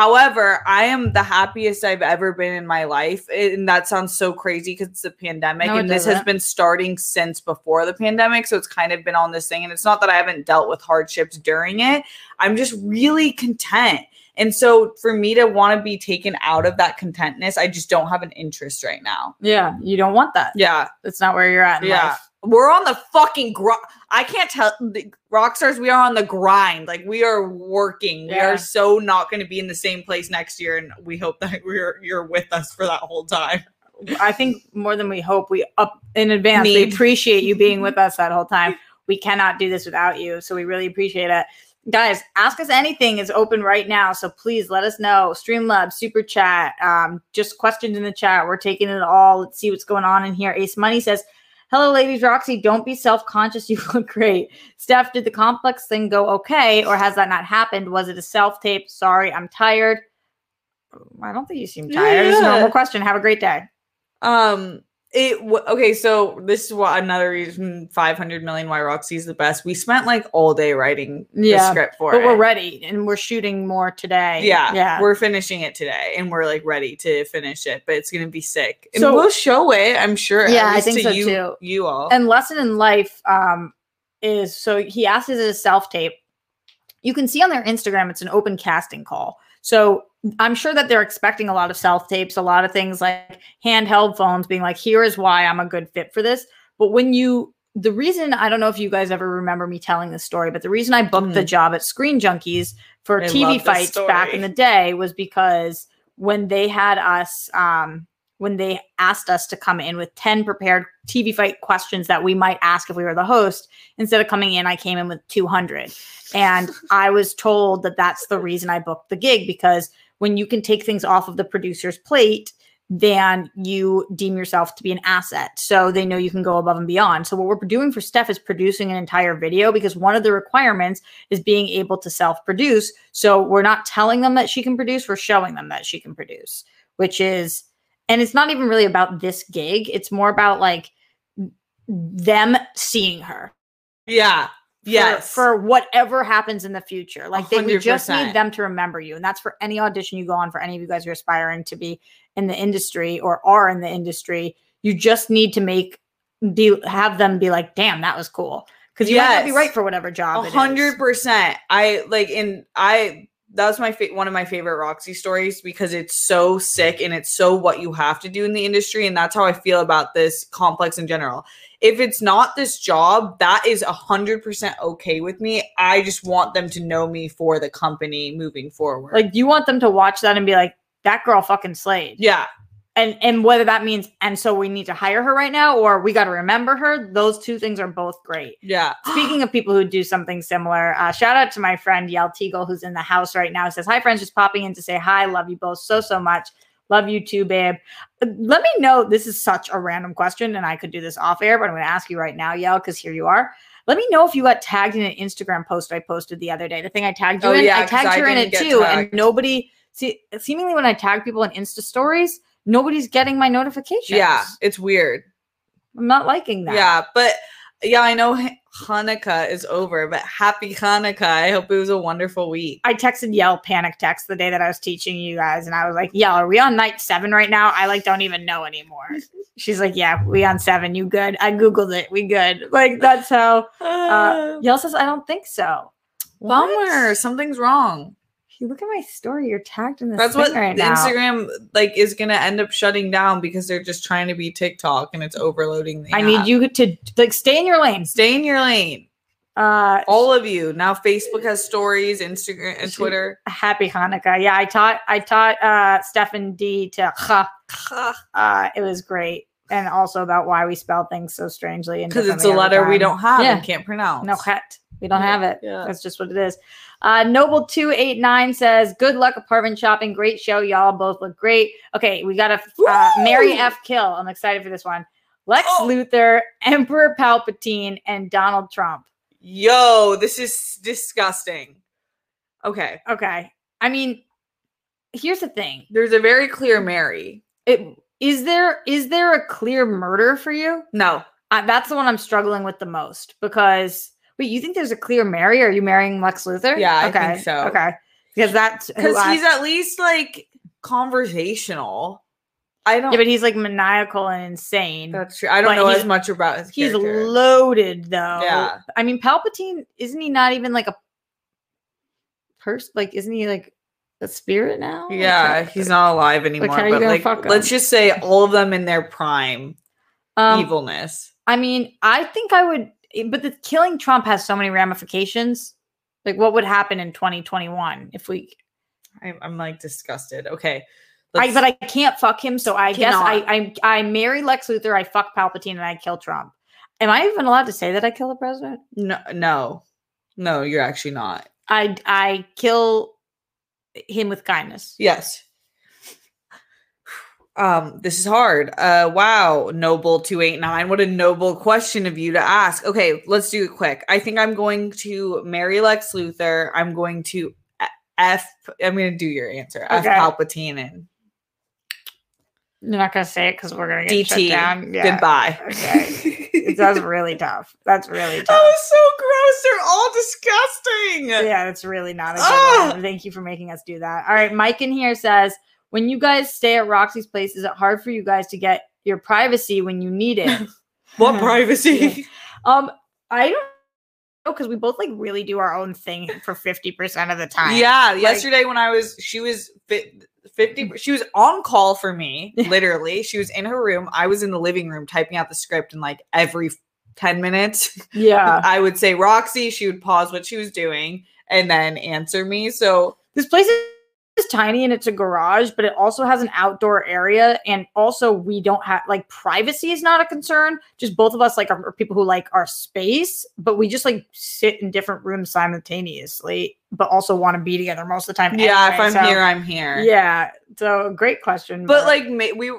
[SPEAKER 2] However, I am the happiest I've ever been in my life. And that sounds so crazy because it's the pandemic.
[SPEAKER 1] No, it
[SPEAKER 2] and this has
[SPEAKER 1] doesn't.
[SPEAKER 2] been starting since before the pandemic. So it's kind of been on this thing. And it's not that I haven't dealt with hardships during it, I'm just really content. And so for me to want to be taken out of that contentness, I just don't have an interest right now.
[SPEAKER 1] Yeah, you don't want that.
[SPEAKER 2] Yeah.
[SPEAKER 1] That's not where you're at in
[SPEAKER 2] Yeah.
[SPEAKER 1] life.
[SPEAKER 2] We're on the fucking grind. I can't tell the rock stars. We are on the grind. Like we are working. We
[SPEAKER 1] Yeah.
[SPEAKER 2] are so not going to be in the same place next year. And we hope that <laughs> we're you're with us for that whole time.
[SPEAKER 1] I think more than we hope, we up in advance. We
[SPEAKER 2] Need.
[SPEAKER 1] appreciate you
[SPEAKER 2] <laughs>
[SPEAKER 1] being with us that whole time. We cannot do this without you. So we really appreciate it. Guys, ask us anything is open right now. So please let us know. Streamlab, super chat, um, just questions in the chat. We're taking it all. Let's see what's going on in here. Ace Money says, Hello, ladies. Roxy, don't be self conscious. <laughs> You look great. Steph, did the complex thing go okay, or has that not happened? Was it a self tape? Sorry, I'm tired. I don't think you seem tired. It's a
[SPEAKER 2] Yeah.
[SPEAKER 1] normal question. Have a great day.
[SPEAKER 2] Um, it w- okay. So this is what another reason 500 million why Roxy's the best. We spent like all day writing the
[SPEAKER 1] Yeah,
[SPEAKER 2] script for
[SPEAKER 1] but
[SPEAKER 2] it.
[SPEAKER 1] we're ready and we're shooting more today.
[SPEAKER 2] Yeah,
[SPEAKER 1] yeah.
[SPEAKER 2] We're finishing it today, and we're like ready to finish it, but it's gonna be sick. And
[SPEAKER 1] So-
[SPEAKER 2] we'll show it, I'm sure. at
[SPEAKER 1] Yeah, I
[SPEAKER 2] least
[SPEAKER 1] think
[SPEAKER 2] to
[SPEAKER 1] so,
[SPEAKER 2] you,
[SPEAKER 1] too.
[SPEAKER 2] You all.
[SPEAKER 1] and lesson in life um, is so he asked is it a self tape. You can see on their Instagram it's an open casting call. So I'm sure that they're expecting a lot of self tapes, a lot of things like handheld phones being like, here is why I'm a good fit for this. But when you, the reason, I don't know if you guys ever remember me telling this story, but the reason I booked the
[SPEAKER 2] Mhm.
[SPEAKER 1] job at Screen Junkies for
[SPEAKER 2] I love
[SPEAKER 1] TV
[SPEAKER 2] this
[SPEAKER 1] fights back in
[SPEAKER 2] story.
[SPEAKER 1] the day was because when they had us, um, when they asked us to come in with 10 prepared TV fight questions that we might ask if we were the host, instead of coming in, I came in with 200.
[SPEAKER 2] <laughs>
[SPEAKER 1] And I was told that that's the reason I booked the gig because when you can take things off of the producer's plate, then you deem yourself to be an asset. So they know you can go above and beyond. So what we're doing for Steph is producing an entire video because one of the requirements is being able to self-produce. So we're not telling them that she can produce, we're showing them that she can produce, which is and it's not even really about this gig. It's more about like them seeing her
[SPEAKER 2] yeah.
[SPEAKER 1] for-
[SPEAKER 2] Yes.
[SPEAKER 1] for, whatever happens in the future. Like they we just need
[SPEAKER 2] 100%.
[SPEAKER 1] them to remember you. And that's for any audition you go on for any of you guys who are aspiring to be in the industry or are in the industry. You just need to make be have them be like, damn, that was cool. Because you might not be
[SPEAKER 2] Yes.
[SPEAKER 1] right for whatever job.
[SPEAKER 2] A
[SPEAKER 1] it is.
[SPEAKER 2] hundred percent. I like, and I that was my fa- one of my favorite Roxy stories because it's so sick and it's so what you have to do in the industry, and that's how I feel about this complex in general. If it's not this job, that is a hundred percent okay with me. I just want them to know me for the company moving forward.
[SPEAKER 1] Like you want them to watch that and be like, that girl fucking slayed.
[SPEAKER 2] yeah,
[SPEAKER 1] and and whether that means and so we need to hire her right now or we got to remember her those two things are both great
[SPEAKER 2] Yeah.
[SPEAKER 1] <gasps> speaking of people who do something similar uh, shout out to my friend yel teagle who's in the house right now says hi friends just popping in to say hi love you both so so much love you too babe Uh, let me know this is such a random question and i could do this off air but i'm going to ask you right now yel because here you are let me know if you got tagged in an instagram post i posted the other day the thing i tagged you
[SPEAKER 2] Oh,
[SPEAKER 1] in
[SPEAKER 2] yeah,
[SPEAKER 1] i
[SPEAKER 2] 'cause
[SPEAKER 1] tagged
[SPEAKER 2] I
[SPEAKER 1] her in
[SPEAKER 2] didn't
[SPEAKER 1] it
[SPEAKER 2] get
[SPEAKER 1] too and
[SPEAKER 2] tagged.
[SPEAKER 1] nobody see seemingly when i tag people in insta stories nobody's getting my notifications.
[SPEAKER 2] Yeah. It's weird.
[SPEAKER 1] I'm not liking that.
[SPEAKER 2] Yeah, but yeah, I know Han- Hanukkah is over, but happy Hanukkah. I hope it was a wonderful week.
[SPEAKER 1] <sighs> I texted Yell panic text the day that I was teaching you guys, and I was like, Yell, are we on night seven right now? I like don't even know anymore.
[SPEAKER 2] <laughs>
[SPEAKER 1] She's like, Yeah, we on seven. You good? I Googled it. We good. Like that's how uh, Yell says, I don't think so. What?
[SPEAKER 2] Bummer, something's wrong.
[SPEAKER 1] If you look at my story, you're tagged in this.
[SPEAKER 2] That's
[SPEAKER 1] thing
[SPEAKER 2] what
[SPEAKER 1] right now.
[SPEAKER 2] Instagram like is gonna end up shutting down because they're just trying to be TikTok and it's overloading the
[SPEAKER 1] I need
[SPEAKER 2] app.
[SPEAKER 1] you to like stay in your lanes.
[SPEAKER 2] stay in your lane.
[SPEAKER 1] Uh
[SPEAKER 2] All of you. Now Facebook has stories, Instagram and
[SPEAKER 1] She-
[SPEAKER 2] Twitter.
[SPEAKER 1] happy Hanukkah. Yeah, I taught I taught uh Stefan D to huh. Uh, it was great. And also about why we spell things so strangely. and
[SPEAKER 2] Because it's a
[SPEAKER 1] differently every
[SPEAKER 2] letter we
[SPEAKER 1] time.
[SPEAKER 2] don't have
[SPEAKER 1] Yeah.
[SPEAKER 2] and can't pronounce.
[SPEAKER 1] No het. We don't
[SPEAKER 2] Yeah,
[SPEAKER 1] have it.
[SPEAKER 2] yeah.
[SPEAKER 1] That's just what it is. Uh, Noble two eight nine says, "Good luck apartment shopping. Great show, y'all. Both look great." Okay, we got a uh,
[SPEAKER 2] Woo!
[SPEAKER 1] Mary F. Kill. I'm excited for this one. Lex
[SPEAKER 2] Oh.
[SPEAKER 1] Luthor, Emperor Palpatine, and Donald Trump.
[SPEAKER 2] Yo, this is disgusting. Okay.
[SPEAKER 1] Okay, I mean, here's the thing:
[SPEAKER 2] There's a very clear Mary.
[SPEAKER 1] it, is there is there a clear murder for you?
[SPEAKER 2] No.
[SPEAKER 1] Uh, that's the one I'm struggling with the most because wait, you think there's a clear Mary? Are you marrying Lex Luthor?
[SPEAKER 2] Yeah, I
[SPEAKER 1] okay,
[SPEAKER 2] think so.
[SPEAKER 1] Okay, because that's who
[SPEAKER 2] Because
[SPEAKER 1] I-
[SPEAKER 2] he's at least like conversational. I don't
[SPEAKER 1] Yeah, but he's like maniacal and insane.
[SPEAKER 2] that's true. I don't
[SPEAKER 1] like,
[SPEAKER 2] know
[SPEAKER 1] he's-
[SPEAKER 2] as much about his
[SPEAKER 1] he's
[SPEAKER 2] character.
[SPEAKER 1] loaded though.
[SPEAKER 2] Yeah.
[SPEAKER 1] I mean, Palpatine isn't he not even like a person? Like, isn't he like a spirit now? Like,
[SPEAKER 2] yeah,
[SPEAKER 1] how-
[SPEAKER 2] he's not alive anymore.
[SPEAKER 1] how you
[SPEAKER 2] but
[SPEAKER 1] gonna
[SPEAKER 2] like
[SPEAKER 1] fuck
[SPEAKER 2] let's
[SPEAKER 1] him?
[SPEAKER 2] just say all of them in their prime
[SPEAKER 1] um,
[SPEAKER 2] evilness.
[SPEAKER 1] I mean, I think I would, eh, but the killing Trump has so many ramifications. Like, what would happen in 2021 if we?
[SPEAKER 2] I, I'm like disgusted. Okay.
[SPEAKER 1] I, but I can't fuck him, so I guess
[SPEAKER 2] Cannot.
[SPEAKER 1] I, I I marry Lex Luthor, I fuck Palpatine, and I kill Trump. Am I even allowed to say that I kill the president?
[SPEAKER 2] no no. No, you're actually not.
[SPEAKER 1] I I kill him with kindness.
[SPEAKER 2] Yes. Um, this is hard. Uh wow, noble 289. What a noble question of you to ask. Okay, let's do it quick. I think I'm going to marry Lex Luthor. I'm going to e- F I'm gonna do your answer. F
[SPEAKER 1] Okay.
[SPEAKER 2] Palpatine and
[SPEAKER 1] You're not gonna say it because we're gonna get
[SPEAKER 2] DT.
[SPEAKER 1] shut down. Yeah.
[SPEAKER 2] Goodbye. <laughs>
[SPEAKER 1] Okay. That's really tough. That's <laughs> really
[SPEAKER 2] that
[SPEAKER 1] tough.
[SPEAKER 2] was so gross. They're all disgusting.
[SPEAKER 1] Oh, Yeah, that's really not a good
[SPEAKER 2] Ah!
[SPEAKER 1] one. Thank you for making us do that. All right, Mike in here says, when you guys stay at Roxy's place, is it hard for you guys to get your privacy when you need <laughs> it?
[SPEAKER 2] What privacy?
[SPEAKER 1] um, I don't know because we both like really do our own thing for fifty percent of the time.
[SPEAKER 2] Yeah, yesterday when I was, she was fi- 50, she was on call for me, literally. She was in her room. I was in the living room typing out the script, and like every 10 minutes,
[SPEAKER 1] yeah.
[SPEAKER 2] <laughs> I would say Roxy, she would pause what she was doing and then answer me. So,
[SPEAKER 1] this place is is tiny and it's a garage, but it also has an outdoor area. And also, we don't have like privacy is not a concern. Just both of us like are, are people who like our space, but we just like sit in different rooms simultaneously, but also want to be together most of the time.
[SPEAKER 2] yeah, if
[SPEAKER 1] anyway,
[SPEAKER 2] I'm
[SPEAKER 1] so-
[SPEAKER 2] here, I'm here.
[SPEAKER 1] Yeah. So great question.
[SPEAKER 2] But
[SPEAKER 1] Mark.
[SPEAKER 2] like, ma- we,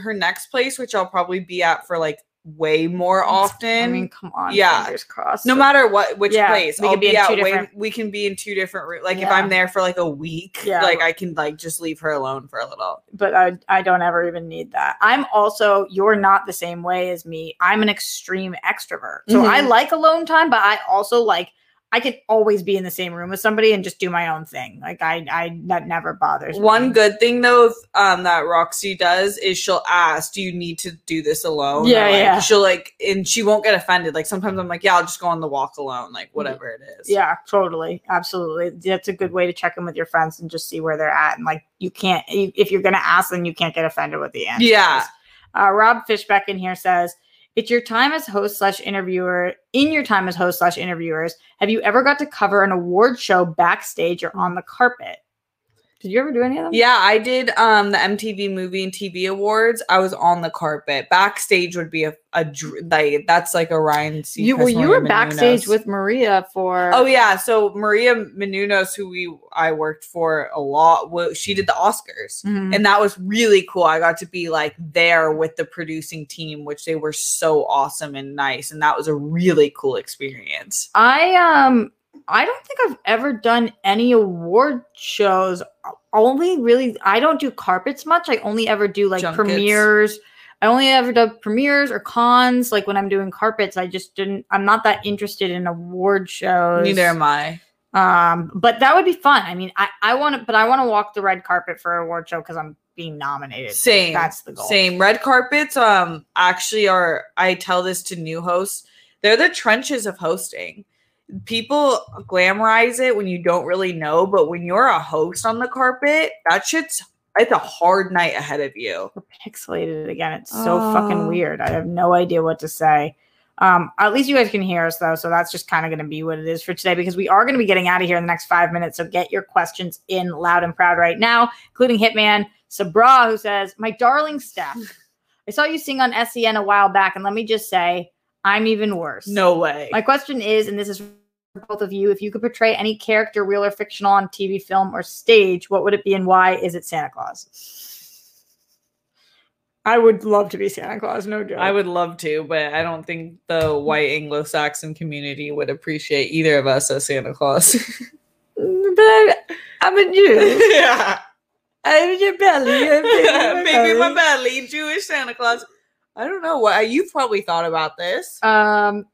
[SPEAKER 2] her next place, which I'll probably be at for like way more often.
[SPEAKER 1] I mean, come on.
[SPEAKER 2] yeah.
[SPEAKER 1] Fingers crossed.
[SPEAKER 2] no matter what which
[SPEAKER 1] Yeah,
[SPEAKER 2] place
[SPEAKER 1] we
[SPEAKER 2] i'll
[SPEAKER 1] could be in
[SPEAKER 2] be, out
[SPEAKER 1] two
[SPEAKER 2] way,
[SPEAKER 1] different-
[SPEAKER 2] we can be in two different rooms like if
[SPEAKER 1] Yeah.
[SPEAKER 2] i'm there for like a week
[SPEAKER 1] Yeah.
[SPEAKER 2] like i can like just leave her alone for a little
[SPEAKER 1] but I, I don't ever even need that. I'm also, you're not the same way as me. I'm an extreme extrovert. So I
[SPEAKER 2] Mhm.
[SPEAKER 1] like alone time, but I also like, I can always be in the same room with somebody and just do my own thing. Like I, I, that never bothers me.
[SPEAKER 2] one good thing though if, um that roxy does is she'll ask do you need to do this alone Or,
[SPEAKER 1] Yeah,
[SPEAKER 2] like,
[SPEAKER 1] yeah.
[SPEAKER 2] she'll like and she won't get offended like sometimes i'm like yeah i'll just go on the walk alone like whatever it is
[SPEAKER 1] Mm-hmm. Yeah, totally. Absolutely. That's a good way to check in with your friends and just see where they're at. And like, you can't, you, if you're going to ask them, you can't get offended with the answer.
[SPEAKER 2] Yeah.
[SPEAKER 1] Uh, Rob Fishbeck in here says, it's your time as host slash interviewer. In your time as host slash interviewers, have you ever got to cover an award show backstage or on the carpet? Did you ever do any of them?
[SPEAKER 2] Yeah, I did um the MTV Movie and TV Awards. I was on the carpet. Backstage would be a, a dr- like that's like a Ryan. Seacrest,
[SPEAKER 1] You well, you
[SPEAKER 2] Maria
[SPEAKER 1] were backstage
[SPEAKER 2] Menounos.
[SPEAKER 1] with Maria for
[SPEAKER 2] Oh yeah, so Maria Menounos, who we I worked for a lot, wa- she did the Oscars,
[SPEAKER 1] Mhm.
[SPEAKER 2] and that was really cool. I got to be like there with the producing team, which they were so awesome and nice, and that was a really cool experience.
[SPEAKER 1] I um I don't think I've ever done any award shows. Only really I don't do carpets much. I only ever do like
[SPEAKER 2] Junkets.
[SPEAKER 1] premieres. I only ever do premieres or cons. Like when I'm doing carpets, I just didn't I'm not that interested in award shows.
[SPEAKER 2] Neither am I.
[SPEAKER 1] Um, but that would be fun. I mean, I I want to, but I want to walk the red carpet for an award show because I'm being nominated.
[SPEAKER 2] Same.
[SPEAKER 1] That's the goal.
[SPEAKER 2] Same. Red carpets um actually are I tell this to new hosts, they're the trenches of hosting. People glamorize it when you don't really know, but when you're a host on the carpet, that shit's it's a hard night ahead of you.
[SPEAKER 1] Pixelated again. It's so fucking
[SPEAKER 2] Oh.
[SPEAKER 1] weird. I have no idea what to say. Um, at least you guys can hear us though, so that's just kind of going to be what it is for today because we are going to be getting out of here in the next five minutes. So get your questions in loud and proud right now, including Hitman Sabra, who says, "My darling Steph, I saw you sing on Sen a while back, and let me just say, I'm even worse.
[SPEAKER 2] No way.
[SPEAKER 1] My question is, and this is for both of you, if you could portray any character, real or fictional, on TV, film, or stage, what would it be and why is it Santa Claus? I would love to be Santa Claus, no joke.
[SPEAKER 2] I would love to, but I don't think the white Anglo-Saxon community would appreciate either of us as Santa Claus. <laughs>
[SPEAKER 1] But I, I'm a Jew.
[SPEAKER 2] yeah.
[SPEAKER 1] I'm your belly. I'm
[SPEAKER 2] <laughs> Baby, my belly, Jewish Santa Claus. I don't know what you've probably thought about this.
[SPEAKER 1] Um,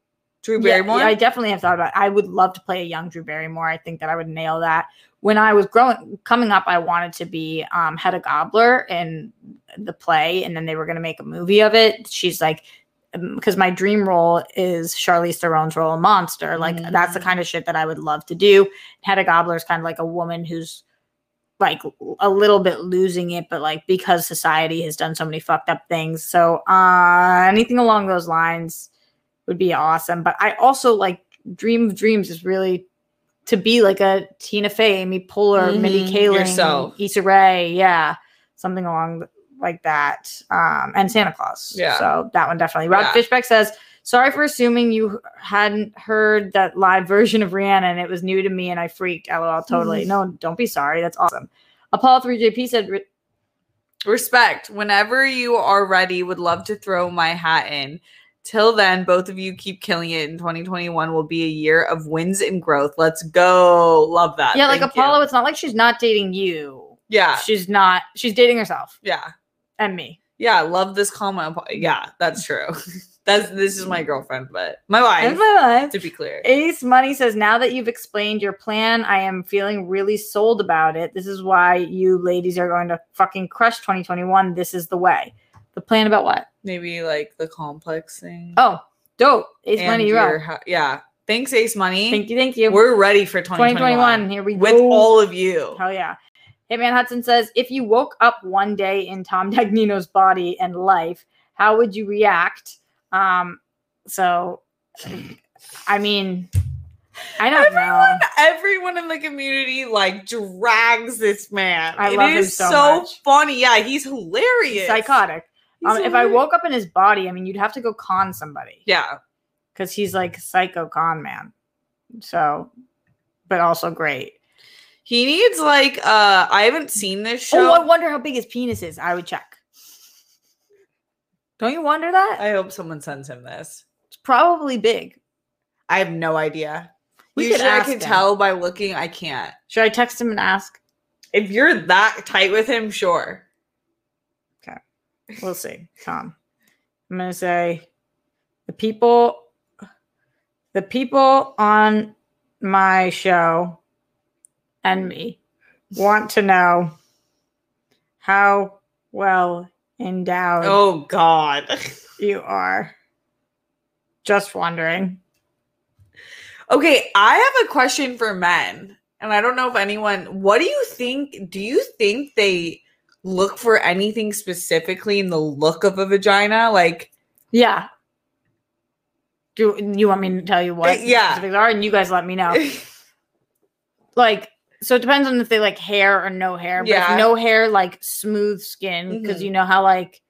[SPEAKER 2] Drew
[SPEAKER 1] yeah,
[SPEAKER 2] Barrymore.
[SPEAKER 1] yeah, I definitely have thought about. It. I would love to play a young Drew Barrymore. I think that I would nail that. When I was growing, coming up, I wanted to be um, Hedda Gobbler in the play, and then they were going to make a movie of it. She's like, because my dream role is Charlize Theron's role in Monster. Like that's the
[SPEAKER 2] Mm.
[SPEAKER 1] kind of shit that I would love to do. Hedda Gobbler is kind of like a woman who's like a little bit losing it, but like because society has done so many fucked up things. So uh, anything along those lines would be awesome. But I also like Dream of Dreams is really to be like a Tina Fey, Amy Poehler, Mindy
[SPEAKER 2] Mhm,
[SPEAKER 1] Kaling,
[SPEAKER 2] yourself.
[SPEAKER 1] Issa Rae, yeah, something along th- like that. Um, and Santa Claus.
[SPEAKER 2] Yeah.
[SPEAKER 1] So that one definitely. Rob
[SPEAKER 2] Yeah.
[SPEAKER 1] Fishbeck says, "Sorry for assuming you hadn't heard that live version of Rihanna, and it was new to me, and I freaked. LOL. Totally.
[SPEAKER 2] Mhm.
[SPEAKER 1] No, don't be sorry. That's awesome." Apollo three JP said, "Ri-
[SPEAKER 2] Respect. Whenever you are ready, would love to throw my hat in. Till then, both of you keep killing it. And 2021 will be a year of wins and growth. Let's go. Love that.
[SPEAKER 1] "Yeah, like
[SPEAKER 2] Uh, Thank you. Uh,
[SPEAKER 1] Apollo. It's not like she's not dating you.
[SPEAKER 2] Yeah.
[SPEAKER 1] She's not. She's dating herself
[SPEAKER 2] Yeah.
[SPEAKER 1] and me
[SPEAKER 2] Yeah. Love this comment. Apo- Yeah, that's true. <laughs> that's this is my girlfriend, but my
[SPEAKER 1] and
[SPEAKER 2] wife,
[SPEAKER 1] my life."
[SPEAKER 2] <laughs> to be clear.
[SPEAKER 1] Ace Money says, now that you've explained your plan, I am feeling really sold about it. This is why you ladies are going to fucking crush 2021. This is the way. The plan about what?
[SPEAKER 2] Maybe like the complex thing.
[SPEAKER 1] Oh, dope. Ace
[SPEAKER 2] And
[SPEAKER 1] Money, you're
[SPEAKER 2] your
[SPEAKER 1] up.
[SPEAKER 2] ho- Yeah. Thanks, Ace Money.
[SPEAKER 1] Thank you, thank you.
[SPEAKER 2] We're ready for
[SPEAKER 1] 2021.
[SPEAKER 2] 2021.
[SPEAKER 1] Here we
[SPEAKER 2] With
[SPEAKER 1] go.
[SPEAKER 2] all of you.
[SPEAKER 1] Hell yeah. Hitman Hudson says, if you woke up one day in Tom <laughs> Dagnino's body and life, how would you react? Um, so, I mean, I don't know.
[SPEAKER 2] Everyone, everyone in the community like drags this man.
[SPEAKER 1] I
[SPEAKER 2] It
[SPEAKER 1] love him
[SPEAKER 2] is
[SPEAKER 1] so much.
[SPEAKER 2] funny. Yeah, he's hilarious.
[SPEAKER 1] Psychotic.
[SPEAKER 2] He's
[SPEAKER 1] Um, if I
[SPEAKER 2] hilarious.
[SPEAKER 1] woke up in his body, I mean, you'd have to go con somebody
[SPEAKER 2] yeah,
[SPEAKER 1] because he's like psycho con man. So, but also great.
[SPEAKER 2] he needs like uh, I haven't seen this
[SPEAKER 1] Oh,
[SPEAKER 2] show.
[SPEAKER 1] I wonder how big his penis is. I would check. Don't you wonder that?
[SPEAKER 2] I hope someone sends him this.
[SPEAKER 1] It's probably big.
[SPEAKER 2] I have no idea.
[SPEAKER 1] We could
[SPEAKER 2] Usually, I
[SPEAKER 1] ask
[SPEAKER 2] can
[SPEAKER 1] him.
[SPEAKER 2] tell by looking. I can't.
[SPEAKER 1] Should I text him and ask?
[SPEAKER 2] If you're that tight with him, sure.
[SPEAKER 1] We'll see, Tom. I'm gonna say the people, the people on my show and me want to know how well endowed
[SPEAKER 2] Oh God.
[SPEAKER 1] you are. Just wondering.
[SPEAKER 2] Okay, I have a question for men, and I don't know if anyone. What do you think? Do you think they look for anything specifically in the look of a vagina? Like,
[SPEAKER 1] Yeah. Do you want me to tell you what?
[SPEAKER 2] Uh, yeah.
[SPEAKER 1] Um,
[SPEAKER 2] <laughs>
[SPEAKER 1] specifics are, and you guys let me know. like So it depends on if they like hair or no hair. But
[SPEAKER 2] Yeah.
[SPEAKER 1] if no hair, like smooth skin, because
[SPEAKER 2] Mhm.
[SPEAKER 1] you know how like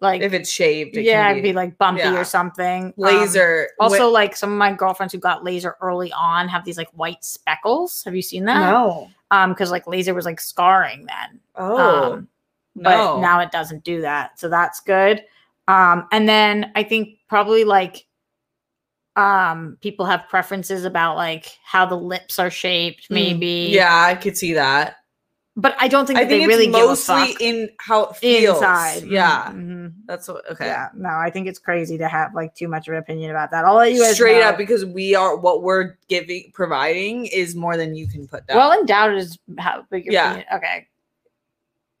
[SPEAKER 1] like
[SPEAKER 2] if it's shaved, it
[SPEAKER 1] yeah,
[SPEAKER 2] yeah,
[SPEAKER 1] it'd be like bumpy
[SPEAKER 2] yeah.
[SPEAKER 1] or something. Um,
[SPEAKER 2] laser.
[SPEAKER 1] also, like some of my girlfriends who got laser early on have these like white speckles. Have you seen
[SPEAKER 2] wi-
[SPEAKER 1] that?
[SPEAKER 2] no.
[SPEAKER 1] Um, because like laser was like scarring then.
[SPEAKER 2] Oh
[SPEAKER 1] um,
[SPEAKER 2] no.
[SPEAKER 1] but now it doesn't do that. So that's good. Um, and then I think probably like um people have preferences about like how the lips are shaped,
[SPEAKER 2] Mm,
[SPEAKER 1] maybe.
[SPEAKER 2] yeah, I could see that.
[SPEAKER 1] But I don't think
[SPEAKER 2] I
[SPEAKER 1] that they
[SPEAKER 2] think it's
[SPEAKER 1] really
[SPEAKER 2] mostly
[SPEAKER 1] give a fuck
[SPEAKER 2] in how it feels.
[SPEAKER 1] inside.
[SPEAKER 2] Yeah,
[SPEAKER 1] Mhm.
[SPEAKER 2] that's what. Okay.
[SPEAKER 1] Yeah. No, I think it's crazy to have like too much of an opinion about that. I'll let you guys
[SPEAKER 2] Straight
[SPEAKER 1] know.
[SPEAKER 2] up, e- because we are what we're giving, providing is more than you can put down.
[SPEAKER 1] Well, in doubt is how big your
[SPEAKER 2] Yeah.
[SPEAKER 1] opinion. Okay.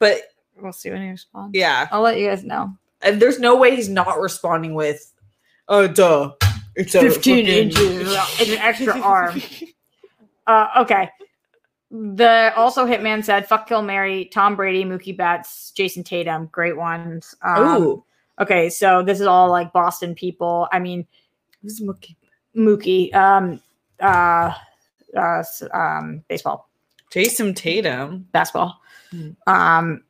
[SPEAKER 2] but
[SPEAKER 1] We'll see when he responds.
[SPEAKER 2] yeah,
[SPEAKER 1] I'll let you guys know.
[SPEAKER 2] and Uh, there's no way he's not responding with, "Oh, duh, it's a fucking-
[SPEAKER 1] It's an extra
[SPEAKER 2] <laughs>
[SPEAKER 1] arm. Uh, okay. The also Hitman said, "Fuck, kill, Mary, Tom Brady, Mookie Betts, Jason Tatum, great ones." Um,
[SPEAKER 2] Ooh,
[SPEAKER 1] okay, so this is all like Boston people. I mean,
[SPEAKER 2] who's Mookie?
[SPEAKER 1] Mookie, um, uh, uh, s- um, baseball,
[SPEAKER 2] Jason Tatum.
[SPEAKER 1] basketball.
[SPEAKER 2] Hmm.
[SPEAKER 1] Um,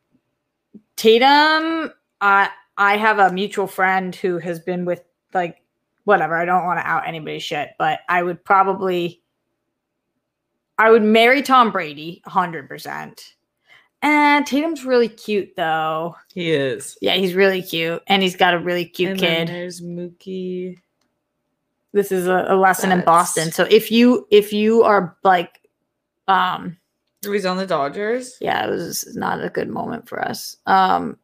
[SPEAKER 1] Tatum, I I have a mutual friend who has been with like whatever. I don't want to out anybody's shit, but I would probably I would marry Tom Brady 100%. And Tatum's really cute though.
[SPEAKER 2] He is.
[SPEAKER 1] Yeah, he's really cute and he's got a really cute
[SPEAKER 2] And then
[SPEAKER 1] kid.
[SPEAKER 2] there's Mookie.
[SPEAKER 1] This is a, a lesson in
[SPEAKER 2] That's-
[SPEAKER 1] Boston. So if you if you are like um
[SPEAKER 2] Oh, He's on the Dodgers.
[SPEAKER 1] yeah, it was not a good moment for us. Um,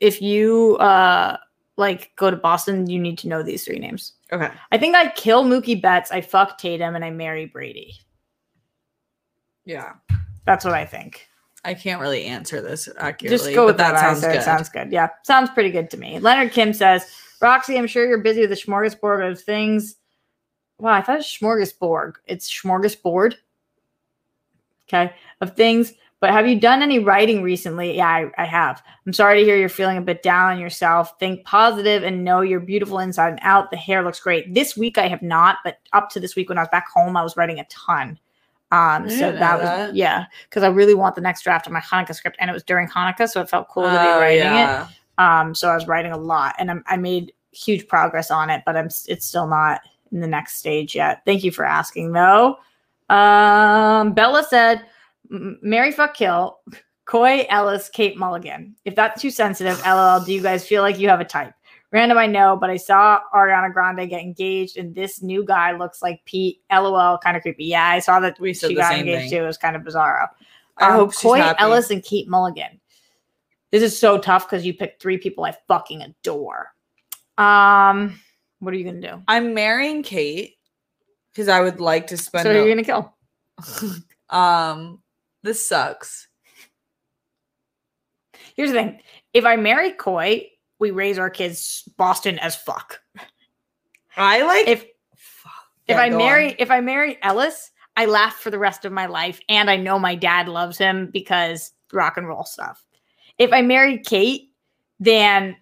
[SPEAKER 1] if you uh like go to Boston, you need to know these three names.
[SPEAKER 2] Okay.
[SPEAKER 1] I think I kill Mookie Betts, I fuck Tatum, and I marry Brady.
[SPEAKER 2] Yeah.
[SPEAKER 1] That's what I think.
[SPEAKER 2] I can't really answer this accurately.
[SPEAKER 1] Just go
[SPEAKER 2] but
[SPEAKER 1] with that,
[SPEAKER 2] that sounds
[SPEAKER 1] answer.
[SPEAKER 2] good.
[SPEAKER 1] It sounds good. Yeah, sounds pretty good to me. Leonard Kim says, Roxy, I'm sure you're busy with the smorgasbord of things. Wow, I thought it was smorgasbord. It's smorgasbord. Okay, of things. But have you done any writing recently? Yeah, I, I have. I'm sorry to hear you're feeling a bit down on yourself. Think positive and know you're beautiful inside and out. The hair looks great. This week I have not, but up to this week when I was back home, I was writing a ton. Um, so
[SPEAKER 2] I didn't know
[SPEAKER 1] that was
[SPEAKER 2] that.
[SPEAKER 1] yeah, because I really want the next draft of my Hanukkah script, and it was during Hanukkah, so it felt cool to
[SPEAKER 2] Oh,
[SPEAKER 1] be writing it. Um, so I was writing a lot, and I'm, I made huge progress on it, but I'm s- it's still not in the next stage yet. Thank you for asking, though. Um, Bella said, "M- "Mary fuck kill." Coy Ellis, Kate Mulligan. If that's too sensitive, lol. Do you guys feel like you have a type? Random, I know, but I saw Ariana Grande get engaged, and this new guy looks like Pete. Lol, kind of creepy. Yeah, I saw that
[SPEAKER 2] We said
[SPEAKER 1] she
[SPEAKER 2] the
[SPEAKER 1] got
[SPEAKER 2] same
[SPEAKER 1] engaged
[SPEAKER 2] thing.
[SPEAKER 1] too. It was kind of bizarro.
[SPEAKER 2] I
[SPEAKER 1] Um,
[SPEAKER 2] hope she's
[SPEAKER 1] Coy
[SPEAKER 2] happy.
[SPEAKER 1] Ellis and Kate Mulligan. This is so tough because you picked three people I fucking adore. Um, what are you gonna do?
[SPEAKER 2] I'm marrying Kate because I would like to spend.
[SPEAKER 1] so who
[SPEAKER 2] a-
[SPEAKER 1] are you gonna kill?
[SPEAKER 2] um, this sucks.
[SPEAKER 1] Here's the thing: if I marry Coy, we raise our kids Boston as fuck.
[SPEAKER 2] I like.
[SPEAKER 1] If
[SPEAKER 2] Fuck.
[SPEAKER 1] if
[SPEAKER 2] Yeah,
[SPEAKER 1] I
[SPEAKER 2] go on.
[SPEAKER 1] marry if I marry Ellis, I laugh for the rest of my life, and I know my dad loves him because rock and roll stuff. If I marry Kate, then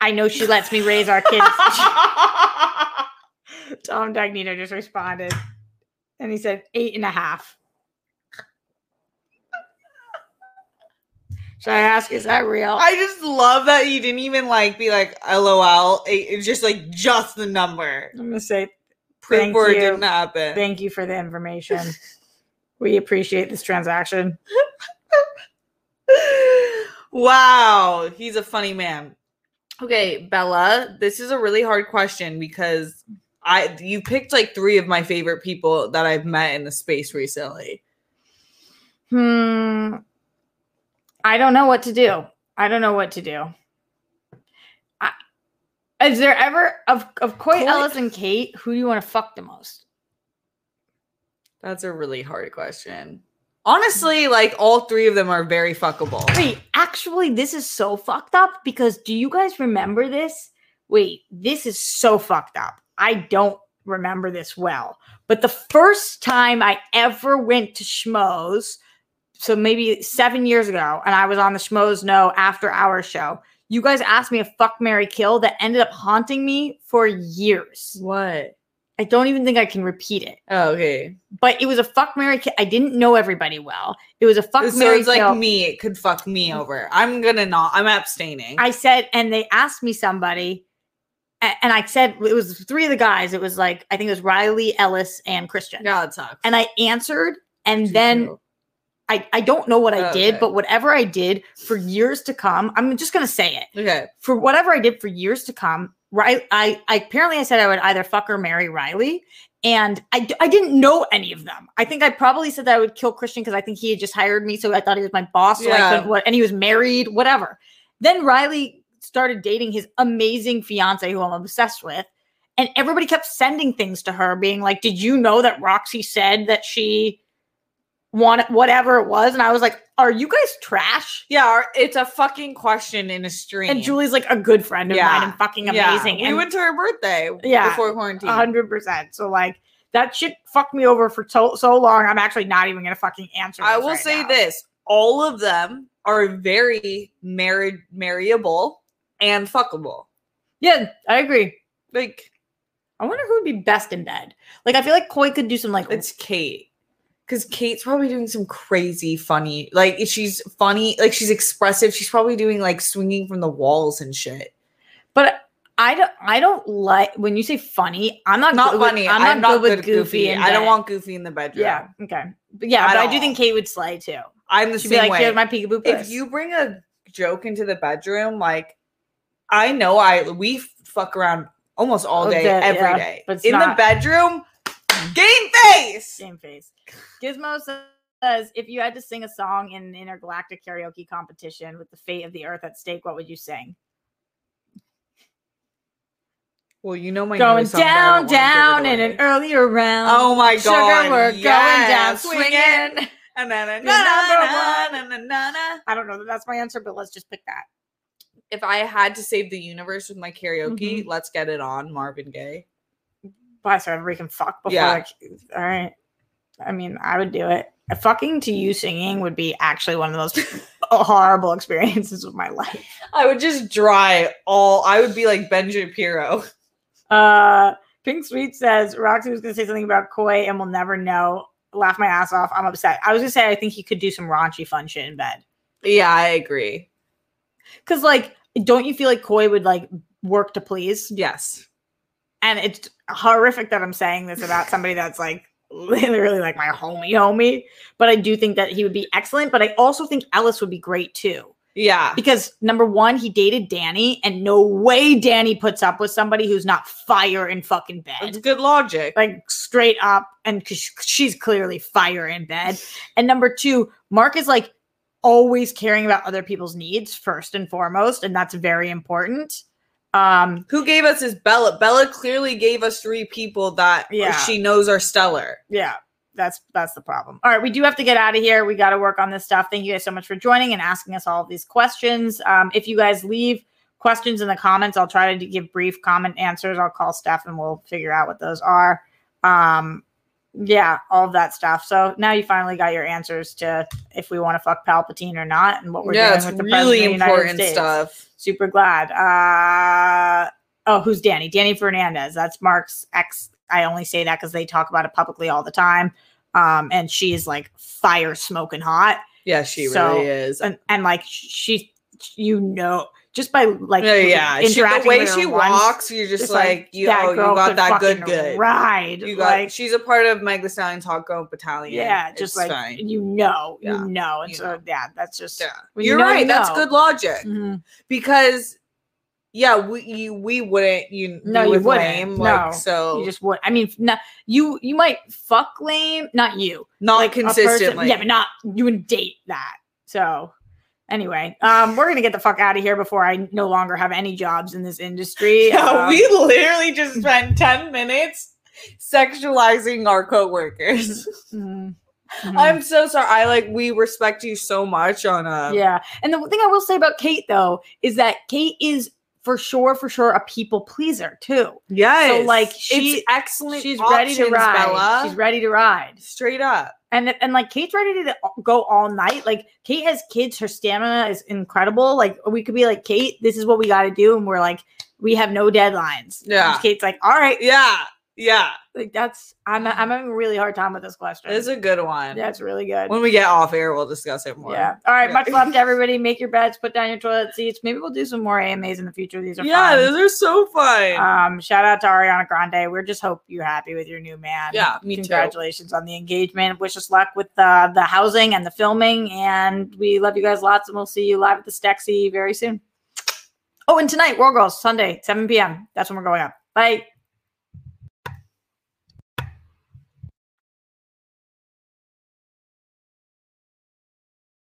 [SPEAKER 1] I know she lets me raise our kids.
[SPEAKER 2] <laughs>
[SPEAKER 1] <laughs> Tom Dagnito just responded, and he said eight and a half. Should I ask? Is that real?
[SPEAKER 2] I just love that you didn't even like be like LOL. It- It's just like just the number.
[SPEAKER 1] I'm gonna say
[SPEAKER 2] Proof
[SPEAKER 1] Thank
[SPEAKER 2] or it
[SPEAKER 1] you.
[SPEAKER 2] didn't happen.
[SPEAKER 1] Thank you for the information. we appreciate this transaction.
[SPEAKER 2] <laughs> wow, he's a funny man. Okay, Bella, this is a really hard question because I you picked like three of my favorite people that I've met in the space recently.
[SPEAKER 1] Hmm. I don't know what to do. I don't know what to do. I, is there ever of of Coy,
[SPEAKER 2] Coy-
[SPEAKER 1] Ellis and Kate? Who do you want to fuck the most?
[SPEAKER 2] That's a really hard question. Honestly, like all three of them are very fuckable.
[SPEAKER 1] Wait, actually, this is so fucked up because do you guys remember this? Wait, this is so fucked up. I don't remember this well. But the first time I ever went to Schmoes, so maybe seven years ago, and I was on the Schmoes No After Hour show, you guys asked me a fuck Mary Kill that ended up haunting me for years.
[SPEAKER 2] What?
[SPEAKER 1] I don't even think I can repeat it.
[SPEAKER 2] Oh, okay.
[SPEAKER 1] But it was a fuck Mary. Ki- I didn't know everybody well. It was a fuck
[SPEAKER 2] This
[SPEAKER 1] Mary.
[SPEAKER 2] sounds like
[SPEAKER 1] kill.
[SPEAKER 2] me. It could fuck me over. I'm gonna not. I'm abstaining.
[SPEAKER 1] I said, and they asked me somebody, a- and I said it was three of the guys. It was like I think it was Riley, Ellis, and Christian.
[SPEAKER 2] God it sucks.
[SPEAKER 1] And I answered, and
[SPEAKER 2] Too
[SPEAKER 1] then
[SPEAKER 2] true.
[SPEAKER 1] I I don't know what I did,
[SPEAKER 2] Okay.
[SPEAKER 1] but whatever I did for years to come, I'm just gonna say it.
[SPEAKER 2] okay,
[SPEAKER 1] for whatever I did for years to come, right? I, I apparently I said I would either fuck or marry Riley, and I, d- I didn't know any of them. I think I probably said that I would kill Christian because I think he had just hired me, so I thought he was my boss, so I
[SPEAKER 2] Yeah.
[SPEAKER 1] couldn't, what, and he was married, whatever. Then Riley started dating his amazing fiance, who I'm obsessed with, and everybody kept sending things to her, being like, "Did you know that Roxy said that she?" wanted whatever it was, and I was like, "Are you guys trash?"
[SPEAKER 2] yeah, our- it's a fucking question in a stream.
[SPEAKER 1] And Julie's like a good friend of mine
[SPEAKER 2] Yeah.
[SPEAKER 1] and fucking
[SPEAKER 2] Yeah,
[SPEAKER 1] amazing.
[SPEAKER 2] We
[SPEAKER 1] and
[SPEAKER 2] went to her birthday.
[SPEAKER 1] Yeah,
[SPEAKER 2] before quarantine.
[SPEAKER 1] a hundred percent. So like that shit fucked me over for so, so long. I'm actually not even gonna fucking answer.
[SPEAKER 2] I
[SPEAKER 1] this
[SPEAKER 2] will
[SPEAKER 1] right
[SPEAKER 2] say
[SPEAKER 1] now.
[SPEAKER 2] this: all of them are very married, marryable, and fuckable.
[SPEAKER 1] Yeah, I agree.
[SPEAKER 2] Like
[SPEAKER 1] I wonder who would be best in bed. Like I feel like Koi could do some like
[SPEAKER 2] it's Kate, because Kate's probably doing some crazy, funny. Like she's funny. Like she's expressive. She's probably doing like swinging from the walls and shit.
[SPEAKER 1] but I don't I don't like when you say funny, I'm not
[SPEAKER 2] Not
[SPEAKER 1] good with-
[SPEAKER 2] funny.
[SPEAKER 1] I'm not, good, with goofy. in
[SPEAKER 2] I don't
[SPEAKER 1] bed.
[SPEAKER 2] want goofy in the bedroom.
[SPEAKER 1] Yeah, okay. But yeah,
[SPEAKER 2] At
[SPEAKER 1] but I do
[SPEAKER 2] all.
[SPEAKER 1] think Kate would slay too.
[SPEAKER 2] I'm the
[SPEAKER 1] She'd be
[SPEAKER 2] same
[SPEAKER 1] like,
[SPEAKER 2] way.
[SPEAKER 1] here's my peekaboo puss.
[SPEAKER 2] if you bring a joke into the bedroom, like I know I we fuck around almost all
[SPEAKER 1] All
[SPEAKER 2] day,
[SPEAKER 1] day,
[SPEAKER 2] every day.
[SPEAKER 1] yeah, but it's
[SPEAKER 2] in
[SPEAKER 1] not-
[SPEAKER 2] the bedroom, game face.
[SPEAKER 1] Same face. Gizmo says, if you had to sing a song in an intergalactic karaoke competition with the fate of the Earth at stake, what would you sing?
[SPEAKER 2] Well, you know my
[SPEAKER 1] going
[SPEAKER 2] new song, but I
[SPEAKER 1] down,
[SPEAKER 2] don't wanna
[SPEAKER 1] down
[SPEAKER 2] give it
[SPEAKER 1] in an
[SPEAKER 2] away.
[SPEAKER 1] earlier round.
[SPEAKER 2] Oh my
[SPEAKER 1] Sugar,
[SPEAKER 2] god!
[SPEAKER 1] we're
[SPEAKER 2] yes,
[SPEAKER 1] going down swinging.
[SPEAKER 2] Na- na- na-
[SPEAKER 1] You're
[SPEAKER 2] na- na- na- na.
[SPEAKER 1] I don't know that that's my answer, but let's just pick that.
[SPEAKER 2] If I had to save the universe with my karaoke,
[SPEAKER 1] Mm-hmm.
[SPEAKER 2] let's get it on Marvin Gaye.
[SPEAKER 1] Why so everybody can fuck before?
[SPEAKER 2] Yeah.
[SPEAKER 1] Like, all right. I mean, I would do it. Fucking to you singing would be actually one of the most <laughs> horrible experiences of my life.
[SPEAKER 2] I would just dry all. I would be like Ben Shapiro.
[SPEAKER 1] Uh, Pink Sweet says Roxy was going to say something about Koi and we'll never know. Laugh my ass off. I'm upset. I was going to say I think he could do some raunchy fun shit in bed.
[SPEAKER 2] <laughs> yeah, I agree.
[SPEAKER 1] Because like, don't you feel like Koi would like work to please?
[SPEAKER 2] Yes.
[SPEAKER 1] and it's horrific that I'm saying this about somebody that's like literally like my homie homie, but I do think that he would be excellent. But I also think Ellis would be great too.
[SPEAKER 2] Yeah.
[SPEAKER 1] Because number one, he dated Danny, and no way Danny puts up with somebody who's not fire in fucking
[SPEAKER 2] That's
[SPEAKER 1] bed.
[SPEAKER 2] good logic.
[SPEAKER 1] Like straight up, and 'cause sh- she's clearly fire in bed. And number two, Mark is like always caring about other people's needs first and foremost, and that's very important. Um,
[SPEAKER 2] Who gave us is Bella? Bella clearly gave us three people that
[SPEAKER 1] Yeah.
[SPEAKER 2] she knows are stellar.
[SPEAKER 1] yeah that's that's the problem all right we do have to get out of here we got to work on this stuff thank you guys so much for joining and asking us all of these questions um, if you guys leave questions in the comments i'll try to give brief comment answers i'll call steph and we'll figure out what those are um, yeah all of that stuff so now you finally got your answers to if we want to fuck palpatine or not and what we're
[SPEAKER 2] yeah,
[SPEAKER 1] doing
[SPEAKER 2] it's
[SPEAKER 1] with the
[SPEAKER 2] really
[SPEAKER 1] president of the United
[SPEAKER 2] important
[SPEAKER 1] States.
[SPEAKER 2] stuff.
[SPEAKER 1] super glad uh, oh who's danny danny fernandez that's mark's ex i only say that because they talk about it publicly all the time um, and she's like fire smoking hot
[SPEAKER 2] Yeah, she
[SPEAKER 1] So,
[SPEAKER 2] really is.
[SPEAKER 1] and, and like she you know just by like
[SPEAKER 2] yeah, Oh, yeah. She, the
[SPEAKER 1] interacting
[SPEAKER 2] way
[SPEAKER 1] with her
[SPEAKER 2] she
[SPEAKER 1] once,
[SPEAKER 2] walks, you're just,
[SPEAKER 1] just
[SPEAKER 2] like, you,
[SPEAKER 1] that
[SPEAKER 2] oh, you
[SPEAKER 1] girl
[SPEAKER 2] got
[SPEAKER 1] could
[SPEAKER 2] that good,
[SPEAKER 1] fucking
[SPEAKER 2] good.
[SPEAKER 1] ride
[SPEAKER 2] You got.
[SPEAKER 1] like
[SPEAKER 2] she's a part of Meg The Stallion's Hot Girl Battalion.
[SPEAKER 1] yeah just
[SPEAKER 2] It's
[SPEAKER 1] like
[SPEAKER 2] fine.
[SPEAKER 1] you know
[SPEAKER 2] Yeah.
[SPEAKER 1] you know and
[SPEAKER 2] You
[SPEAKER 1] so yeah that's just
[SPEAKER 2] Yeah.
[SPEAKER 1] when you
[SPEAKER 2] You're
[SPEAKER 1] know, you
[SPEAKER 2] right. That's
[SPEAKER 1] know.
[SPEAKER 2] good logic
[SPEAKER 1] Mhm.
[SPEAKER 2] because. Yeah, we you, we wouldn't you
[SPEAKER 1] No,
[SPEAKER 2] be
[SPEAKER 1] you
[SPEAKER 2] with
[SPEAKER 1] wouldn't.
[SPEAKER 2] Lame, like,
[SPEAKER 1] No.
[SPEAKER 2] so
[SPEAKER 1] you just would i mean no, you you might fuck lame not you
[SPEAKER 2] not
[SPEAKER 1] a person-
[SPEAKER 2] consistently.
[SPEAKER 1] Yeah, but not you wouldn't date that. So anyway, um, we're gonna get the fuck out of here before I no longer have any jobs in this industry.
[SPEAKER 2] <laughs> Yeah,
[SPEAKER 1] Um,
[SPEAKER 2] we literally just spent 10 minutes sexualizing our coworkers.
[SPEAKER 1] mhm, mhm.
[SPEAKER 2] I'm so sorry. I like we respect you so much on uh, a
[SPEAKER 1] yeah. And the thing I will say about Kate though is that Kate is for sure, for sure, a people pleaser too.
[SPEAKER 2] yes.
[SPEAKER 1] So, like, she-
[SPEAKER 2] it's excellent.
[SPEAKER 1] She's ready to
[SPEAKER 2] options,
[SPEAKER 1] ride.
[SPEAKER 2] Bella.
[SPEAKER 1] She's ready to ride.
[SPEAKER 2] Straight up.
[SPEAKER 1] and and like Kate's ready to go all night. Like Kate has kids, her stamina is incredible. Like we could be like Kate, this is what we got to do, and we're like we have no deadlines.
[SPEAKER 2] Yeah.
[SPEAKER 1] And Kate's like, all right,
[SPEAKER 2] Yeah. Yeah,
[SPEAKER 1] Like that's I'm I'm having a really hard time with this question.
[SPEAKER 2] it's a good one.
[SPEAKER 1] that's really good.
[SPEAKER 2] When we get off air, we'll discuss it more.
[SPEAKER 1] Yeah. All right.
[SPEAKER 2] Yeah.
[SPEAKER 1] Much
[SPEAKER 2] <laughs>
[SPEAKER 1] love to everybody. Make your beds. Put down your toilet seats. Maybe we'll do some more AMAs in the future. These are
[SPEAKER 2] yeah,
[SPEAKER 1] fun.
[SPEAKER 2] those are so fun.
[SPEAKER 1] Um, shout out to Ariana Grande. We just hope you're happy with your new man.
[SPEAKER 2] Yeah, Uh, me too.
[SPEAKER 1] Congratulations on the engagement. Wish us luck with uh, the housing and the filming. And we love you guys lots. And we'll see you live at the Stexy very soon. Oh, and tonight, World Girls, Sunday, 7 p.m. That's when we're going up. Bye.